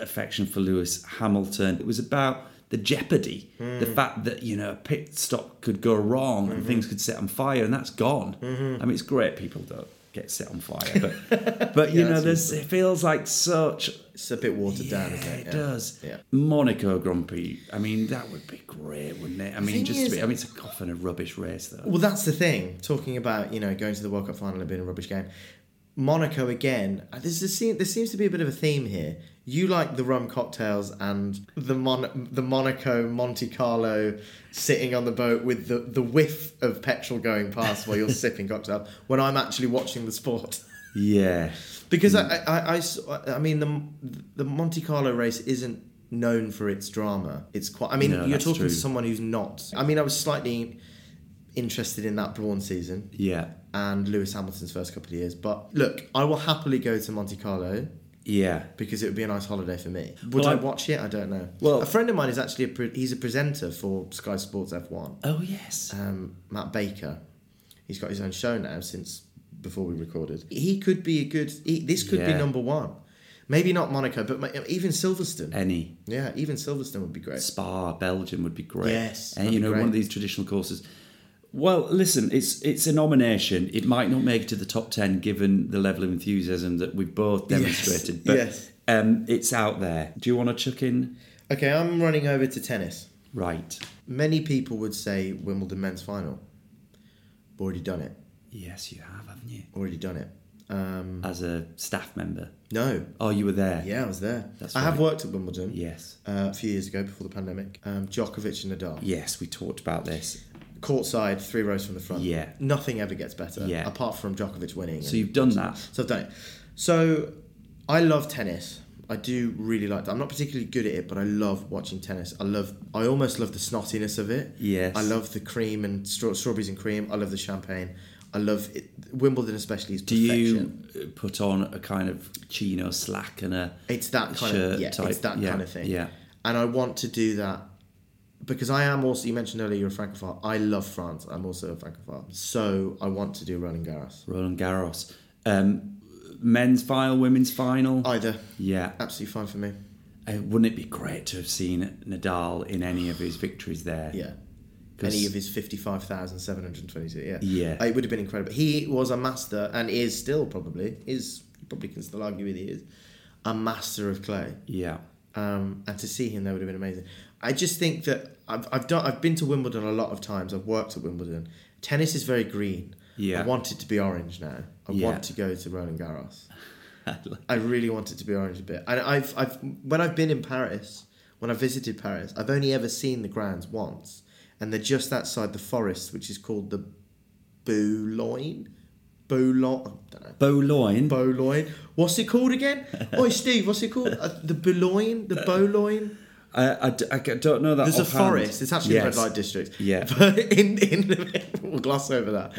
[SPEAKER 1] affection for Lewis Hamilton. It was about the jeopardy,
[SPEAKER 4] Hmm.
[SPEAKER 1] the fact that you know a pit stop could go wrong
[SPEAKER 4] Mm-hmm.
[SPEAKER 1] and things could set on fire, and that's gone. I mean, it's great people don't get set on fire, but but you
[SPEAKER 4] Yeah,
[SPEAKER 1] know,
[SPEAKER 4] that's
[SPEAKER 1] there's it feels like such
[SPEAKER 4] It's a bit watered down,
[SPEAKER 1] yeah,
[SPEAKER 4] isn't it?
[SPEAKER 1] it does.
[SPEAKER 4] Yeah.
[SPEAKER 1] Monaco Grand Prix. I mean, that would be great, wouldn't it? I mean,
[SPEAKER 4] thing
[SPEAKER 1] just to
[SPEAKER 4] is-
[SPEAKER 1] be, I mean, it's a cough and a rubbish race, though.
[SPEAKER 4] Well, that's the thing. Talking about you know going to the World Cup final and being a rubbish game, Monaco again. uh, There's this, there seems to be a bit of a theme here. You like the rum cocktails and the Mon- the Monaco Monte Carlo sitting on the boat with the, the whiff of petrol going past while you're sipping cocktail. When I'm actually watching the sport.
[SPEAKER 1] Yeah, Mm.
[SPEAKER 4] Because I, I, I- I s- I mean, the the Monte Carlo race isn't known for its drama. It's quite. I mean,
[SPEAKER 1] No,
[SPEAKER 4] you're
[SPEAKER 1] that's
[SPEAKER 4] talking
[SPEAKER 1] true.
[SPEAKER 4] to someone who's not. I mean, I was slightly interested in that Brawn season
[SPEAKER 1] yeah,
[SPEAKER 4] and Lewis Hamilton's first couple of years, but look, I will happily go to Monte Carlo
[SPEAKER 1] yeah.
[SPEAKER 4] because it would be a nice holiday for me. Would
[SPEAKER 1] Well,
[SPEAKER 4] I
[SPEAKER 1] I-
[SPEAKER 4] watch it? I don't know.
[SPEAKER 1] Well-
[SPEAKER 4] a friend of mine is actually a pre- he's a presenter for Sky Sports F1.
[SPEAKER 1] Oh yes.
[SPEAKER 4] Um, Matt Baker, he's got his own show now since before we recorded. He could be a good. He, this could be
[SPEAKER 1] Yeah.
[SPEAKER 4] number one. Maybe not Monaco, but ma- even Silverstone.
[SPEAKER 1] Any
[SPEAKER 4] yeah, even Silverstone would be great.
[SPEAKER 1] Spa, Belgium would be great.
[SPEAKER 4] Yes,
[SPEAKER 1] and
[SPEAKER 4] that'd
[SPEAKER 1] you
[SPEAKER 4] be
[SPEAKER 1] know,
[SPEAKER 4] great.
[SPEAKER 1] one of these traditional courses. Well, listen, it's it's a nomination. It might not make it to the top ten given the level of enthusiasm that we've both demonstrated. But
[SPEAKER 4] yes.
[SPEAKER 1] um, it's out there. Do you want to chuck in?
[SPEAKER 4] Okay, I'm running over to tennis.
[SPEAKER 1] Right.
[SPEAKER 4] Many people would say Wimbledon men's final. Already done it.
[SPEAKER 1] Yes, you have, haven't you?
[SPEAKER 4] Already done it. Um,
[SPEAKER 1] As a staff member.
[SPEAKER 4] no.
[SPEAKER 1] Oh, you were there.
[SPEAKER 4] Yeah, I was there.
[SPEAKER 1] That's
[SPEAKER 4] I have
[SPEAKER 1] right.
[SPEAKER 4] worked at Wimbledon.
[SPEAKER 1] Yes.
[SPEAKER 4] Uh, a few years ago, before the pandemic, um, Djokovic and Nadal.
[SPEAKER 1] Yes, we talked about this.
[SPEAKER 4] courtside, three rows from the front.
[SPEAKER 1] Yeah.
[SPEAKER 4] Nothing ever gets better.
[SPEAKER 1] Yeah.
[SPEAKER 4] Apart from Djokovic winning.
[SPEAKER 1] So you've done that.
[SPEAKER 4] so I've done it. So I love tennis. I do really like that. I'm not particularly good at it, but I love watching tennis. I love. I almost love the snottiness of it.
[SPEAKER 1] Yes.
[SPEAKER 4] I love the cream and straw- strawberries and cream. I love the champagne. I love it. Wimbledon, especially, is
[SPEAKER 1] Do
[SPEAKER 4] perfection.
[SPEAKER 1] you uh, put on a kind of chino slack and a
[SPEAKER 4] It's that kind
[SPEAKER 1] shirt
[SPEAKER 4] of yeah,
[SPEAKER 1] type?
[SPEAKER 4] it's that
[SPEAKER 1] yeah,
[SPEAKER 4] kind of thing.
[SPEAKER 1] Yeah.
[SPEAKER 4] And I want to do that because I am also you mentioned earlier you're a francophile. I love France. I'm also a francophile. So I want to do Roland Garros.
[SPEAKER 1] Roland Garros. Um, men's final, women's final.
[SPEAKER 4] Either.
[SPEAKER 1] yeah.
[SPEAKER 4] Absolutely fine for me.
[SPEAKER 1] Uh, wouldn't it be great to have seen Nadal in any of his victories there?
[SPEAKER 4] Yeah.
[SPEAKER 1] 'Cause-
[SPEAKER 4] Any of his 55,722, yeah. Uh,
[SPEAKER 1] Yeah.
[SPEAKER 4] It would have been incredible. He was a master and is still probably, is, you probably can still argue with he is, a master of clay.
[SPEAKER 1] Yeah.
[SPEAKER 4] um, and to see him there would have been amazing. I just think that I've, I've done I've been to Wimbledon a lot of times. I've worked at Wimbledon. Tennis is very green.
[SPEAKER 1] Yeah.
[SPEAKER 4] I want it to be orange now. I
[SPEAKER 1] Yeah.
[SPEAKER 4] want to go to Roland Garros. I really want it to be orange a bit. And I've I've when I've been in Paris, when I visited Paris, I've only ever seen the grounds once, and they're just outside the forest, which is called the Boulogne. Boulogne, I don't know.
[SPEAKER 1] Bowline.
[SPEAKER 4] Bowline. What's it called again? Oi, Steve, what's it called? Uh, the Bowline? The Bowline?
[SPEAKER 1] I, I d- I c- don't know that.
[SPEAKER 4] Uh, There's a
[SPEAKER 1] offhand.
[SPEAKER 4] forest. It's actually
[SPEAKER 1] Yes.
[SPEAKER 4] the red light district.
[SPEAKER 1] Yeah.
[SPEAKER 4] But in, in we'll gloss over that.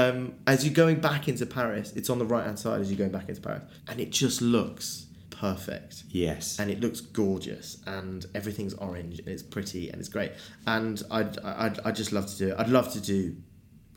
[SPEAKER 4] Um, as you're going back into Paris, it's on the right hand side as you're going back into Paris. And it just looks perfect.
[SPEAKER 1] Yes.
[SPEAKER 4] And it looks gorgeous, and everything's orange, and it's pretty, and it's great. And I'd, I'd, I'd just love to do it. I'd love to do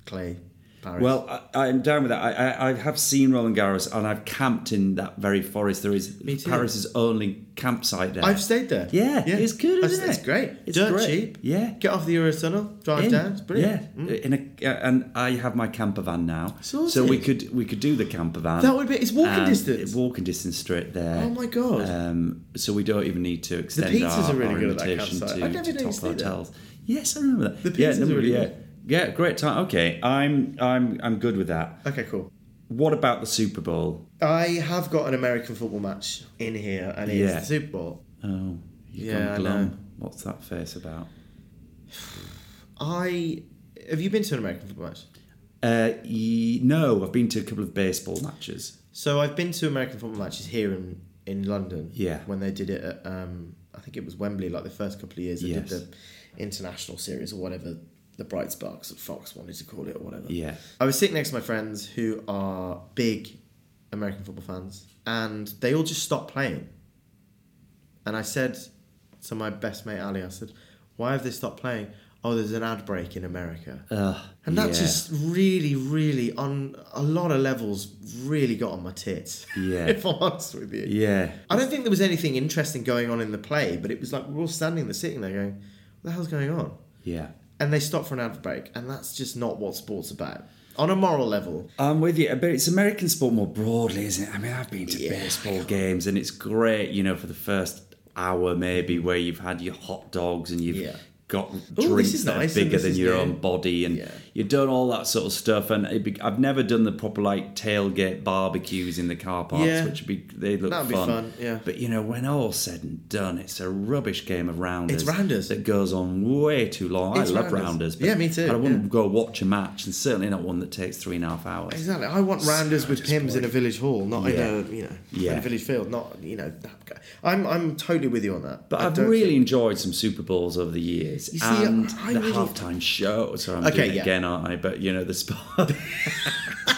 [SPEAKER 4] clay Paris.
[SPEAKER 1] Well, I, I'm down with that. I, I, I have seen Roland Garros and I've camped in that very forest. There is
[SPEAKER 4] Me too.
[SPEAKER 1] Paris's only campsite there.
[SPEAKER 4] I've stayed there.
[SPEAKER 1] Yeah, it's good,
[SPEAKER 4] That's-
[SPEAKER 1] isn't
[SPEAKER 4] It's
[SPEAKER 1] it?
[SPEAKER 4] great.
[SPEAKER 1] It's
[SPEAKER 4] Dirt
[SPEAKER 1] great.
[SPEAKER 4] cheap.
[SPEAKER 1] Yeah.
[SPEAKER 4] Get off the Eurotunnel, drive
[SPEAKER 1] In,
[SPEAKER 4] down. It's brilliant. Mm.
[SPEAKER 1] Yeah, in a, uh, and I have my camper van now, so
[SPEAKER 4] Sorted.
[SPEAKER 1] we could we could do the camper van.
[SPEAKER 4] That would be- it's walking
[SPEAKER 1] and
[SPEAKER 4] distance.
[SPEAKER 1] it's Walking distance straight there.
[SPEAKER 4] Oh my God.
[SPEAKER 1] Um, so we don't even need to
[SPEAKER 4] The
[SPEAKER 1] extend.
[SPEAKER 4] pizzas
[SPEAKER 1] our,
[SPEAKER 4] are really
[SPEAKER 1] our
[SPEAKER 4] good at that
[SPEAKER 1] invitation
[SPEAKER 4] campsite.
[SPEAKER 1] To,
[SPEAKER 4] I never
[SPEAKER 1] to
[SPEAKER 4] knew you
[SPEAKER 1] top
[SPEAKER 4] stayed there.
[SPEAKER 1] hotels. Yes, I remember that.
[SPEAKER 4] The
[SPEAKER 1] yeah,
[SPEAKER 4] pizzas
[SPEAKER 1] number-
[SPEAKER 4] are really
[SPEAKER 1] yeah.
[SPEAKER 4] good.
[SPEAKER 1] Yeah, great time. Okay, I'm I'm I'm good with that.
[SPEAKER 4] Okay, cool.
[SPEAKER 1] What about the Super Bowl?
[SPEAKER 4] I have got an American football match in here, and it's
[SPEAKER 1] Yeah.
[SPEAKER 4] the Super Bowl.
[SPEAKER 1] Oh, you
[SPEAKER 4] Yeah,
[SPEAKER 1] gone
[SPEAKER 4] I
[SPEAKER 1] glum.
[SPEAKER 4] know.
[SPEAKER 1] What's that face about?
[SPEAKER 4] I have you been to an American football match?
[SPEAKER 1] Uh, ye- no, I've been to a couple of baseball matches.
[SPEAKER 4] So I've been to American football matches here in in London.
[SPEAKER 1] Yeah.
[SPEAKER 4] When they did it at um, I think it was Wembley, like the first couple of years they
[SPEAKER 1] Yes.
[SPEAKER 4] did the international series or whatever the Bright Sparks that Fox wanted to call it or whatever.
[SPEAKER 1] Yeah.
[SPEAKER 4] I was sitting next to my friends who are big American football fans, and they all just stopped playing. And I said to my best mate Ali, I said, "Why have they stopped playing?" Oh, there's an ad break in America.
[SPEAKER 1] Ugh,
[SPEAKER 4] And that
[SPEAKER 1] yeah.
[SPEAKER 4] just really, really, on a lot of levels, really got on my tits.
[SPEAKER 1] Yeah.
[SPEAKER 4] if I'm honest with you.
[SPEAKER 1] yeah.
[SPEAKER 4] I don't think there was anything interesting going on in the play, but it was like we're all standing there, sitting there, going, "What the hell's going on?"
[SPEAKER 1] Yeah.
[SPEAKER 4] And they stopped for an ad break, and that's just not what sports about. On a moral level,
[SPEAKER 1] I'm with you, but it's American sport more broadly, isn't it? I mean, I've been to
[SPEAKER 4] Yeah.
[SPEAKER 1] baseball games, and it's great, you know, for the first hour maybe, where you've had your hot dogs and you've
[SPEAKER 4] Yeah.
[SPEAKER 1] got
[SPEAKER 4] this
[SPEAKER 1] drinks
[SPEAKER 4] is
[SPEAKER 1] that
[SPEAKER 4] nice,
[SPEAKER 1] are
[SPEAKER 4] and
[SPEAKER 1] bigger
[SPEAKER 4] this
[SPEAKER 1] than
[SPEAKER 4] is
[SPEAKER 1] your
[SPEAKER 4] new.
[SPEAKER 1] own body, and
[SPEAKER 4] Yeah.
[SPEAKER 1] you've done all that sort of stuff. And it be, I've never done the proper like tailgate barbecues in the car parks,
[SPEAKER 4] Yeah.
[SPEAKER 1] which would be they look
[SPEAKER 4] That'd be fun, yeah.
[SPEAKER 1] but you know, when all said and done, it's a rubbish game of rounders.
[SPEAKER 4] It's rounders.
[SPEAKER 1] that goes on way too long.
[SPEAKER 4] It's
[SPEAKER 1] I love rounders.
[SPEAKER 4] rounders.
[SPEAKER 1] but
[SPEAKER 4] Yeah, me too,
[SPEAKER 1] I wouldn't
[SPEAKER 4] yeah.
[SPEAKER 1] go watch a match, and certainly not one that takes three and a half hours.
[SPEAKER 4] exactly. I want rounders with pims in a village hall, not
[SPEAKER 1] Yeah.
[SPEAKER 4] in a you know in
[SPEAKER 1] Yeah.
[SPEAKER 4] a village field, not you know. I'm I'm totally with you on that.
[SPEAKER 1] But
[SPEAKER 4] I
[SPEAKER 1] I've
[SPEAKER 4] don't
[SPEAKER 1] really
[SPEAKER 4] think-
[SPEAKER 1] enjoyed some Super Bowls over the years,
[SPEAKER 4] You see,
[SPEAKER 1] and
[SPEAKER 4] I- I
[SPEAKER 1] the
[SPEAKER 4] really-
[SPEAKER 1] halftime show. So I'm
[SPEAKER 4] Okay,
[SPEAKER 1] doing it
[SPEAKER 4] yeah.
[SPEAKER 1] again, aren't I? But you know the spot.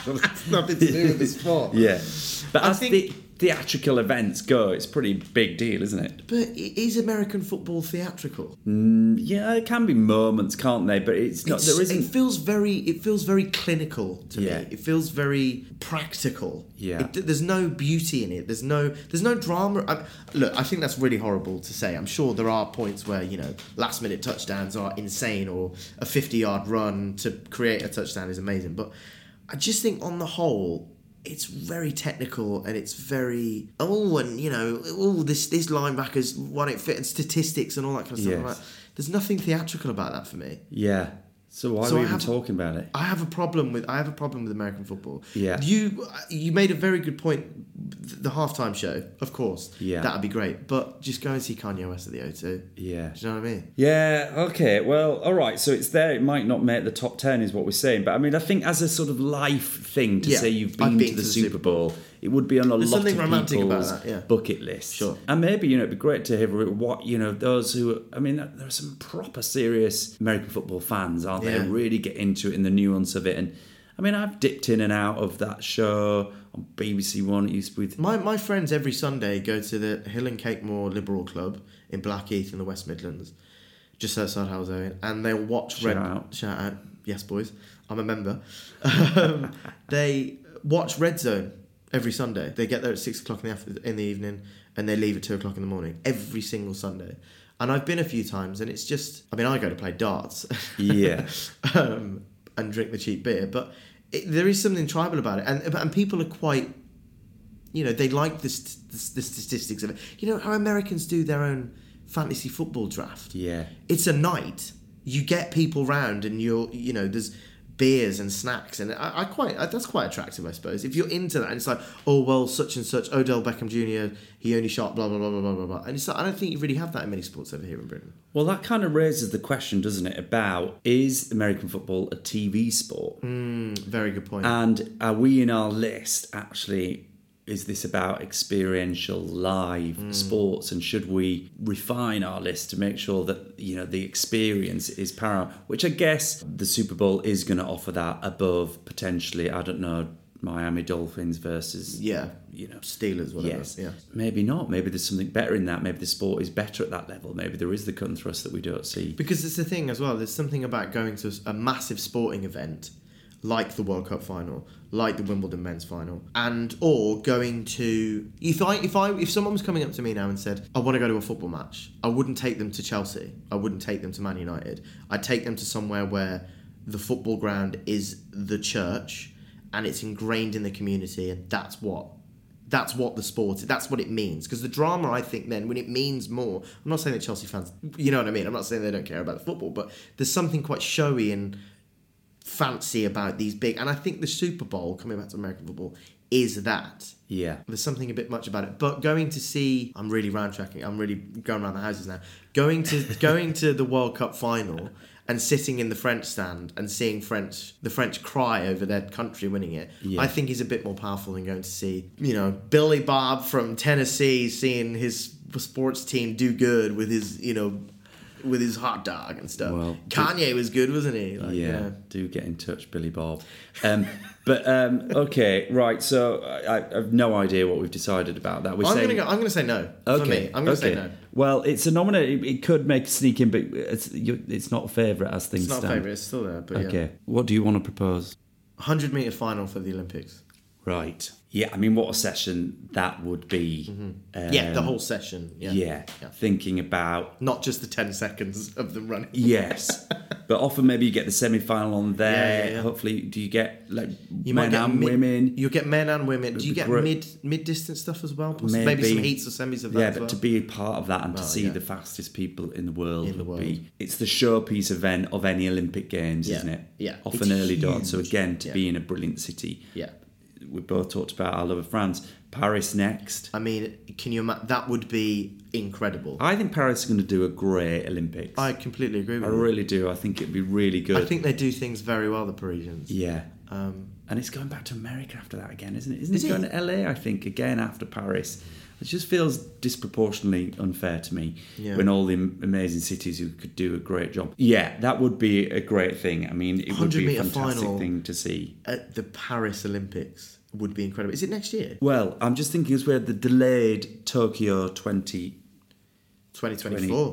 [SPEAKER 4] It's nothing to do with the sport.
[SPEAKER 1] yeah, but
[SPEAKER 4] I
[SPEAKER 1] as
[SPEAKER 4] think-
[SPEAKER 1] the theatrical events go, it's a pretty big deal, isn't it?
[SPEAKER 4] But i- is American football theatrical?
[SPEAKER 1] Yeah, there can be moments, can't they? But it's not.
[SPEAKER 4] It's-
[SPEAKER 1] there isn't.
[SPEAKER 4] It feels very. It feels very clinical to
[SPEAKER 1] Yeah.
[SPEAKER 4] me. It feels very practical.
[SPEAKER 1] Yeah.
[SPEAKER 4] It, there's no beauty in it. There's no. There's no drama. I, look, I think that's really horrible to say. I'm sure there are points where you know last minute touchdowns are insane, or a 50 yard run to create a touchdown is amazing. But I just think on the whole. It's very technical and it's very oh and you know oh this this linebacker's won it fit and statistics and all that kind of stuff. I'm
[SPEAKER 1] Yes.
[SPEAKER 4] like, There's nothing theatrical about that for me.
[SPEAKER 1] yeah. So why
[SPEAKER 4] So
[SPEAKER 1] are
[SPEAKER 4] I
[SPEAKER 1] we even
[SPEAKER 4] have-
[SPEAKER 1] talking about it?
[SPEAKER 4] I have a problem with I have a problem with American football.
[SPEAKER 1] Yeah.
[SPEAKER 4] You you made a very good point. th- The halftime show, of course.
[SPEAKER 1] Yeah.
[SPEAKER 4] That'd be great. But just go and see Kanye West at the O2.
[SPEAKER 1] Yeah.
[SPEAKER 4] Do you know what I mean?
[SPEAKER 1] Yeah, okay. Well, all right. So it's there. It might not make the top 10, is what we're saying. But I mean, I think as a sort of life thing to
[SPEAKER 4] Yeah,
[SPEAKER 1] say you've
[SPEAKER 4] I've
[SPEAKER 1] been,
[SPEAKER 4] been
[SPEAKER 1] to the
[SPEAKER 4] to the
[SPEAKER 1] Super
[SPEAKER 4] Super
[SPEAKER 1] Bowl, it would be on a
[SPEAKER 4] There's
[SPEAKER 1] lot
[SPEAKER 4] something
[SPEAKER 1] of
[SPEAKER 4] romantic about
[SPEAKER 1] people's
[SPEAKER 4] that, yeah.
[SPEAKER 1] bucket list.
[SPEAKER 4] Sure.
[SPEAKER 1] And maybe, you know, it'd be great to hear what, you know, those who, I mean, there are some proper serious American football fans, aren't they?
[SPEAKER 4] Yeah.
[SPEAKER 1] who Really get into it and the nuance of it. And I mean, I've dipped in and out of that show on BBC One. It used to be with
[SPEAKER 4] My my friends every Sunday go to the Hill and Cakemore Liberal Club in Blackheath in the West Midlands, just outside Halesone, and they'll watch
[SPEAKER 1] Shout
[SPEAKER 4] Red
[SPEAKER 1] out.
[SPEAKER 4] Shout out, yes, boys, I'm a member. Um, they watch Red Zone every Sunday. They get there at six o'clock in the after- in the evening, and they leave at two o'clock in the morning every single Sunday. And I've been a few times, and it's just, I mean, I go to play darts.
[SPEAKER 1] Yeah.
[SPEAKER 4] um, and drink the cheap beer. But it, there is something tribal about it, and and people are quite, you know, they like the, st- the, st- the statistics of it. You know how Americans do their own fantasy football draft.
[SPEAKER 1] Yeah.
[SPEAKER 4] it's a night. You get people round, and you're, you know, there's beers and snacks, and I, I quite I, that's quite attractive, I suppose. If you're into that, and it's like, oh well, such and such, Odell Beckham Jr. He only shot blah blah blah blah blah blah, blah. and it's like I don't think you really have that in many sports over here in Britain.
[SPEAKER 1] Well, that kind of raises the question, doesn't it, about is American football a TV sport?
[SPEAKER 4] Very good point.
[SPEAKER 1] And are we in our list actually? Is this about experiential live
[SPEAKER 4] Hmm.
[SPEAKER 1] sports, and should we refine our list to make sure that you know the experience is paramount? Which I guess the Super Bowl is going to offer that above potentially. I don't know Miami Dolphins versus
[SPEAKER 4] yeah,
[SPEAKER 1] you know
[SPEAKER 4] Steelers, whatever.
[SPEAKER 1] Yes.
[SPEAKER 4] Yeah.
[SPEAKER 1] Maybe not. Maybe there's something better in that. Maybe the sport is better at that level. Maybe there is the cut and thrust that we don't see.
[SPEAKER 4] Because it's the thing as well. There's something about going to a massive sporting event, like the World Cup final, like the Wimbledon men's final, and or going to if I if I if someone was coming up to me now and said I want to go to a football match, I wouldn't take them to Chelsea, I wouldn't take them to Man United, I'd take them to somewhere where the football ground is the church and it's ingrained in the community, and that's what that's what the sport that's what it means because the drama i think then when it means more i'm not saying that chelsea fans you know what i mean i'm not saying they don't care about the football but there's something quite showy and fancy about these big and i think the super bowl coming back to american football is that
[SPEAKER 1] Yeah.
[SPEAKER 4] there's something a bit much about it but going to see i'm really roundtracking i'm really going around the houses now going to going to the world cup final and sitting in the french stand and seeing french the french cry over their country winning it
[SPEAKER 1] Yeah.
[SPEAKER 4] i think is a bit more powerful than going to see you know billy bob from tennessee seeing his sports team do good with his you know with his hot dog and stuff
[SPEAKER 1] Well,
[SPEAKER 4] kanye was good wasn't he Like, you
[SPEAKER 1] yeah,
[SPEAKER 4] know.
[SPEAKER 1] do get in touch, Billy Bob. Um, but um, okay, right. So I, I have no idea what we've decided about that. We're
[SPEAKER 4] I'm
[SPEAKER 1] saying
[SPEAKER 4] gonna go, I'm gonna say no. For me,
[SPEAKER 1] okay,
[SPEAKER 4] I'm gonna
[SPEAKER 1] okay.
[SPEAKER 4] say no.
[SPEAKER 1] Well, it's a nominee. It could make a sneak in, but it's you, it's not favourite as things
[SPEAKER 4] It's not a
[SPEAKER 1] stand.
[SPEAKER 4] favourite. It's still there, but
[SPEAKER 1] Okay,
[SPEAKER 4] yeah.
[SPEAKER 1] what do you want to propose?
[SPEAKER 4] Hundred meter final for the Olympics.
[SPEAKER 1] Right. Yeah, I mean, what a session that would be. Um,
[SPEAKER 4] Mm-hmm. yeah, the whole session. Yeah.
[SPEAKER 1] yeah,
[SPEAKER 4] Yeah.
[SPEAKER 1] thinking about
[SPEAKER 4] Not just the ten seconds of them running.
[SPEAKER 1] Yes, but often maybe you get the semi-final on there.
[SPEAKER 4] Yeah, yeah, yeah.
[SPEAKER 1] Hopefully, do you get like
[SPEAKER 4] You
[SPEAKER 1] men and
[SPEAKER 4] mid-
[SPEAKER 1] women?
[SPEAKER 4] You get men and women. Do you
[SPEAKER 1] be
[SPEAKER 4] get
[SPEAKER 1] great.
[SPEAKER 4] mid mid distance stuff as well? Possibly? Maybe. some heats or semis of that.
[SPEAKER 1] Yeah,
[SPEAKER 4] as
[SPEAKER 1] but
[SPEAKER 4] well.
[SPEAKER 1] to be a part of that and to
[SPEAKER 4] Well,
[SPEAKER 1] see
[SPEAKER 4] yeah.
[SPEAKER 1] the fastest people in the world
[SPEAKER 4] In the
[SPEAKER 1] would be it's the showpiece event of any Olympic Games,
[SPEAKER 4] Yeah,
[SPEAKER 1] isn't it?
[SPEAKER 4] yeah.
[SPEAKER 1] off
[SPEAKER 4] It's
[SPEAKER 1] an early dawn. So
[SPEAKER 4] huge.
[SPEAKER 1] again, to
[SPEAKER 4] Yeah.
[SPEAKER 1] be in a brilliant city.
[SPEAKER 4] Yeah.
[SPEAKER 1] we both talked about our love of France. Paris next.
[SPEAKER 4] I mean, can you imagine? That would be incredible. I,
[SPEAKER 1] I think Paris is going to do a great Olympics.
[SPEAKER 4] completely agree
[SPEAKER 1] I
[SPEAKER 4] with you.
[SPEAKER 1] really do. I think it'd be really good.
[SPEAKER 4] I think they do things very well, the Parisians.
[SPEAKER 1] Yeah.
[SPEAKER 4] Um,
[SPEAKER 1] and it's going back to America after that again, isn't it? Isn't
[SPEAKER 4] Is
[SPEAKER 1] it
[SPEAKER 4] it?
[SPEAKER 1] going to LA, I think, again after Paris? It just feels disproportionately unfair to me
[SPEAKER 4] Yeah.
[SPEAKER 1] when all the am- amazing cities who could do a great job. Yeah, that would be a great thing. I mean, it would
[SPEAKER 4] 100
[SPEAKER 1] be a
[SPEAKER 4] meter
[SPEAKER 1] fantastic
[SPEAKER 4] final.
[SPEAKER 1] thing to see.
[SPEAKER 4] At the Paris Olympics would be incredible. Is it next year?
[SPEAKER 1] Well, I'm just thinking as we had the delayed Tokyo 20,
[SPEAKER 4] 2024.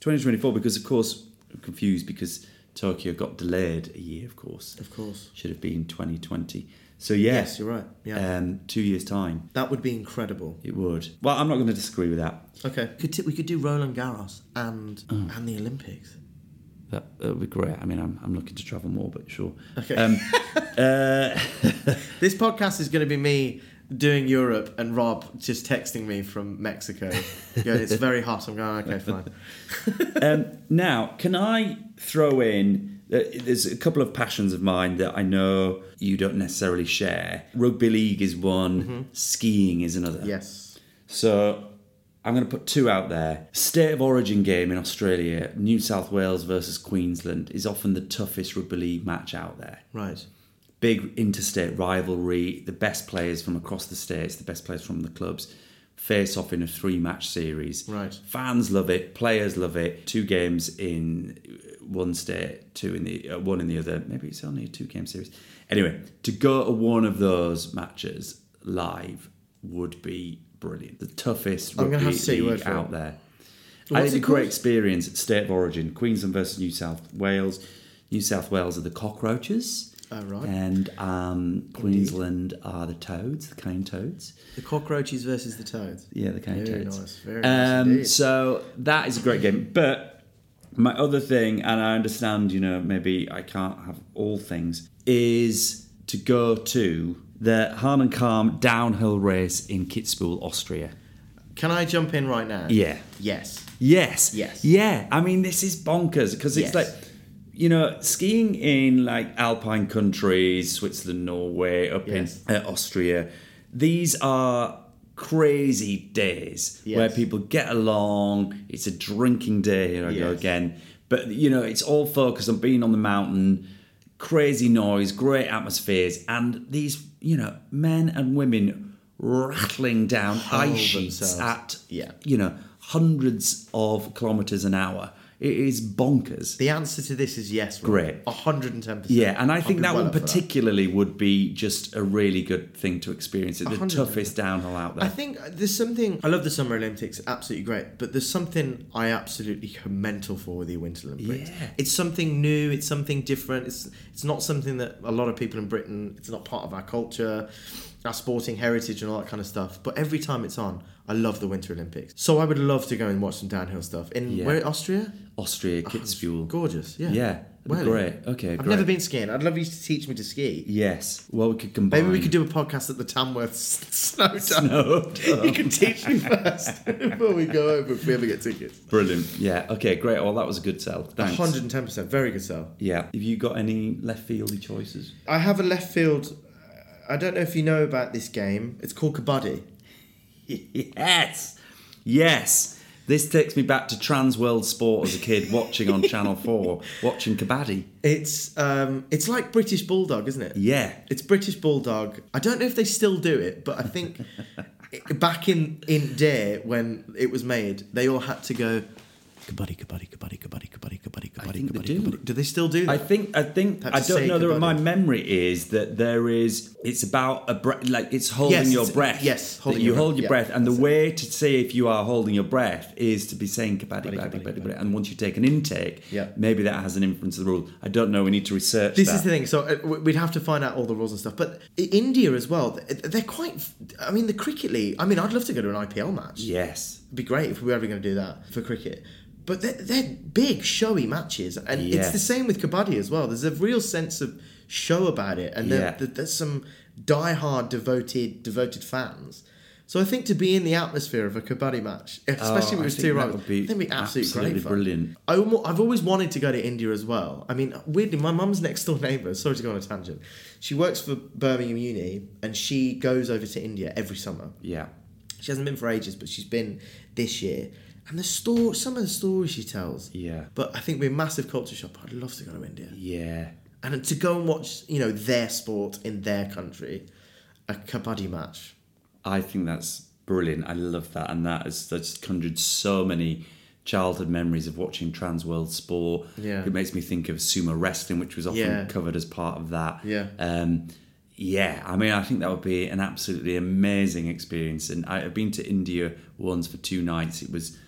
[SPEAKER 1] 2024, because of course, I'm confused because Tokyo got delayed a year, of course.
[SPEAKER 4] Of course.
[SPEAKER 1] Should have been 2020. So, yeah,
[SPEAKER 4] Yes, you're right. Yeah.
[SPEAKER 1] um, two years' time.
[SPEAKER 4] that would be incredible.
[SPEAKER 1] It would. Well, I'm not going to disagree with that.
[SPEAKER 4] Okay. Could t- we could do Roland Garros and
[SPEAKER 1] Mm.
[SPEAKER 4] and the Olympics.
[SPEAKER 1] That would be great. I mean, I'm, I'm looking to travel more, but sure.
[SPEAKER 4] Okay. uh,
[SPEAKER 1] Um,
[SPEAKER 4] This podcast is going to be me doing Europe and Rob just texting me from Mexico. Yeah, it's very hot. I'm going. Okay, fine.
[SPEAKER 1] um, now, can I throw in? Uh, there's a couple of passions of mine that I know you don't necessarily share. Rugby league is one. Skiing is another.
[SPEAKER 4] Yes.
[SPEAKER 1] So I'm going to put two out there. State of origin game in Australia, New South Wales versus Queensland, is often the toughest rugby league match out there.
[SPEAKER 4] Right.
[SPEAKER 1] big interstate rivalry. The best players from across the states, the best players from the clubs, face off in a three-match series.
[SPEAKER 4] Right.
[SPEAKER 1] Fans love it. Players love it. Two games in one state, two in the uh, one in the other. Maybe it's only a two-game series. Anyway, to go to one of those matches live would be brilliant. The toughest
[SPEAKER 4] I'm gonna
[SPEAKER 1] rugby
[SPEAKER 4] have to take your
[SPEAKER 1] league
[SPEAKER 4] word for it.
[SPEAKER 1] out there. I
[SPEAKER 4] What's
[SPEAKER 1] think
[SPEAKER 4] it
[SPEAKER 1] a great
[SPEAKER 4] called?
[SPEAKER 1] experience at State of Origin, Queensland versus New South Wales. New South Wales are the cockroaches.
[SPEAKER 4] Oh, right.
[SPEAKER 1] And um, Queensland are the toads, the cane toads.
[SPEAKER 4] The cockroaches versus the toads.
[SPEAKER 1] Yeah, the cane
[SPEAKER 4] Very
[SPEAKER 1] toads. Um,
[SPEAKER 4] nice, very nice indeed.
[SPEAKER 1] so that is a great game. But my other thing, and I understand, you know, maybe I can't have all things, is to go to the Hahn and Calm downhill race in Kitzbühel, Austria.
[SPEAKER 4] Can I jump in right now?
[SPEAKER 1] Yeah.
[SPEAKER 4] Yes.
[SPEAKER 1] Yes.
[SPEAKER 4] Yes.
[SPEAKER 1] Yeah. I mean, this is bonkers because it's
[SPEAKER 4] Yes.
[SPEAKER 1] like, you know, skiing in like alpine countries, Switzerland, Norway, up
[SPEAKER 4] Yes.
[SPEAKER 1] in uh, Austria. These are crazy days
[SPEAKER 4] Yes.
[SPEAKER 1] where people get along. It's a drinking day. Here I go
[SPEAKER 4] Yes.
[SPEAKER 1] again. But, you know, it's all focused on being on the mountain, crazy noise, great atmospheres, and these, you know, men and women rattling down ice sheets
[SPEAKER 4] themselves.
[SPEAKER 1] at
[SPEAKER 4] Yeah.
[SPEAKER 1] you know hundreds of kilometers an hour It is bonkers.
[SPEAKER 4] The answer to this is yes.
[SPEAKER 1] Great.
[SPEAKER 4] hundred and ten percent.
[SPEAKER 1] Yeah, and I think that one particularly would be just a really good thing to experience. It's the
[SPEAKER 4] 100%.
[SPEAKER 1] toughest downhill out there.
[SPEAKER 4] I think uh, there's something. I love the Summer Olympics, absolutely great. But there's something I absolutely go mental for with the Winter Olympics.
[SPEAKER 1] Yeah.
[SPEAKER 4] It's something new. It's something different. It's it's not something that a lot of people in Britain. It's not part of our culture, our sporting heritage, and all that kind of stuff. But every time it's on, I love the Winter Olympics. So I would love to go and watch some downhill stuff in
[SPEAKER 1] Yeah.
[SPEAKER 4] where Austria.
[SPEAKER 1] Austria, Kitzbühel.
[SPEAKER 4] Gorgeous. Yeah.
[SPEAKER 1] Yeah, that'd be
[SPEAKER 4] Oh, Well,
[SPEAKER 1] great. Okay,
[SPEAKER 4] I've
[SPEAKER 1] great.
[SPEAKER 4] never been skiing. I'd love you to teach me to ski.
[SPEAKER 1] Yes. Well, we could combine.
[SPEAKER 4] Maybe we could do a podcast at the Tamworth s- Snow Dome.
[SPEAKER 1] Snow Dome.
[SPEAKER 4] You can teach me first before we go over if we ever get tickets.
[SPEAKER 1] Brilliant. Yeah. Okay. Great. Well, that was a good sell. Thanks.
[SPEAKER 4] 110%, very good sell.
[SPEAKER 1] Yeah. Have you got any left fieldy choices?
[SPEAKER 4] I have a left field. uh, I don't know if you know about this game. It's called Kabaddi.
[SPEAKER 1] yes. Yes. This takes me back to Trans World Sport as a kid, watching on Channel Four, watching Kabaddi.
[SPEAKER 4] It's um, it's like British Bulldog, isn't it?
[SPEAKER 1] Yeah.
[SPEAKER 4] It's British Bulldog. I don't know if they still do it, but I think i- back in in day when it was made, they all had to go Kabaddi, Kabaddi, Kabaddi, Kabaddi, Kabaddi, Kabaddi, Kabaddi,
[SPEAKER 1] think they
[SPEAKER 4] Kabaddi,
[SPEAKER 1] do.
[SPEAKER 4] Kabaddi. Do they still do that?
[SPEAKER 1] I think I think
[SPEAKER 4] Have
[SPEAKER 1] I
[SPEAKER 4] to
[SPEAKER 1] don't
[SPEAKER 4] say
[SPEAKER 1] know that my
[SPEAKER 4] Kabaddi.
[SPEAKER 1] memory is that there is it's about a breath like it's holding
[SPEAKER 4] Yes,
[SPEAKER 1] your
[SPEAKER 4] it's-
[SPEAKER 1] breath.
[SPEAKER 4] yes,
[SPEAKER 1] That
[SPEAKER 4] holding
[SPEAKER 1] you
[SPEAKER 4] your
[SPEAKER 1] hold
[SPEAKER 4] breath,
[SPEAKER 1] your
[SPEAKER 4] yeah,
[SPEAKER 1] breath, and the
[SPEAKER 4] that's it.
[SPEAKER 1] way to see if you are holding your breath is to be saying kabaddi kabaddi kabaddi,
[SPEAKER 4] kabaddi,
[SPEAKER 1] kabaddi,
[SPEAKER 4] kabaddi.
[SPEAKER 1] and once you take an intake,
[SPEAKER 4] Yeah.
[SPEAKER 1] maybe that has an influence of the rule. I don't know. We need to research.
[SPEAKER 4] This
[SPEAKER 1] that.
[SPEAKER 4] is the thing. So uh, w- we'd have to find out all the rules and stuff. But i- India as well, th- they're quite. f- I mean, the cricket league. I mean, I'd love to go to an IPL match.
[SPEAKER 1] Yes.
[SPEAKER 4] It'd be great if we were ever going to do that for cricket. But they're, they're big, showy matches, and
[SPEAKER 1] Yeah.
[SPEAKER 4] it's the same with kabaddi as well. There's a real sense of show about it, and there,
[SPEAKER 1] Yeah.
[SPEAKER 4] there- there's some die-hard, devoted, devoted fans. So I think to be in the atmosphere of a kabaddi match, especially
[SPEAKER 1] Oh, I
[SPEAKER 4] with
[SPEAKER 1] think
[SPEAKER 4] two
[SPEAKER 1] that
[SPEAKER 4] rivals,
[SPEAKER 1] would be
[SPEAKER 4] I think it'd be absolutely,
[SPEAKER 1] absolutely
[SPEAKER 4] great fun.
[SPEAKER 1] brilliant.
[SPEAKER 4] I almo- I've always wanted to go to India as well. I mean, weirdly, my mum's next door neighbour. Sorry to go on a tangent. She works for Birmingham Uni, and she goes over to India every summer.
[SPEAKER 1] Yeah.
[SPEAKER 4] She hasn't been for ages, but she's been this year. And the store, some of the stories she tells.
[SPEAKER 1] Yeah.
[SPEAKER 4] But I think we're a massive culture shop. I'd love to go to India.
[SPEAKER 1] Yeah.
[SPEAKER 4] And to go and watch, you know, their sport in their country, a kabaddi match.
[SPEAKER 1] I think that's brilliant. I love that, and that has that's conjured so many childhood memories of watching trans world sport.
[SPEAKER 4] Yeah.
[SPEAKER 1] it makes me think of sumo wrestling, which was often
[SPEAKER 4] Yeah.
[SPEAKER 1] covered as part of that.
[SPEAKER 4] Yeah.
[SPEAKER 1] um, yeah. I mean, I think that would be an absolutely amazing experience. And I, I've been to India once for two nights. It was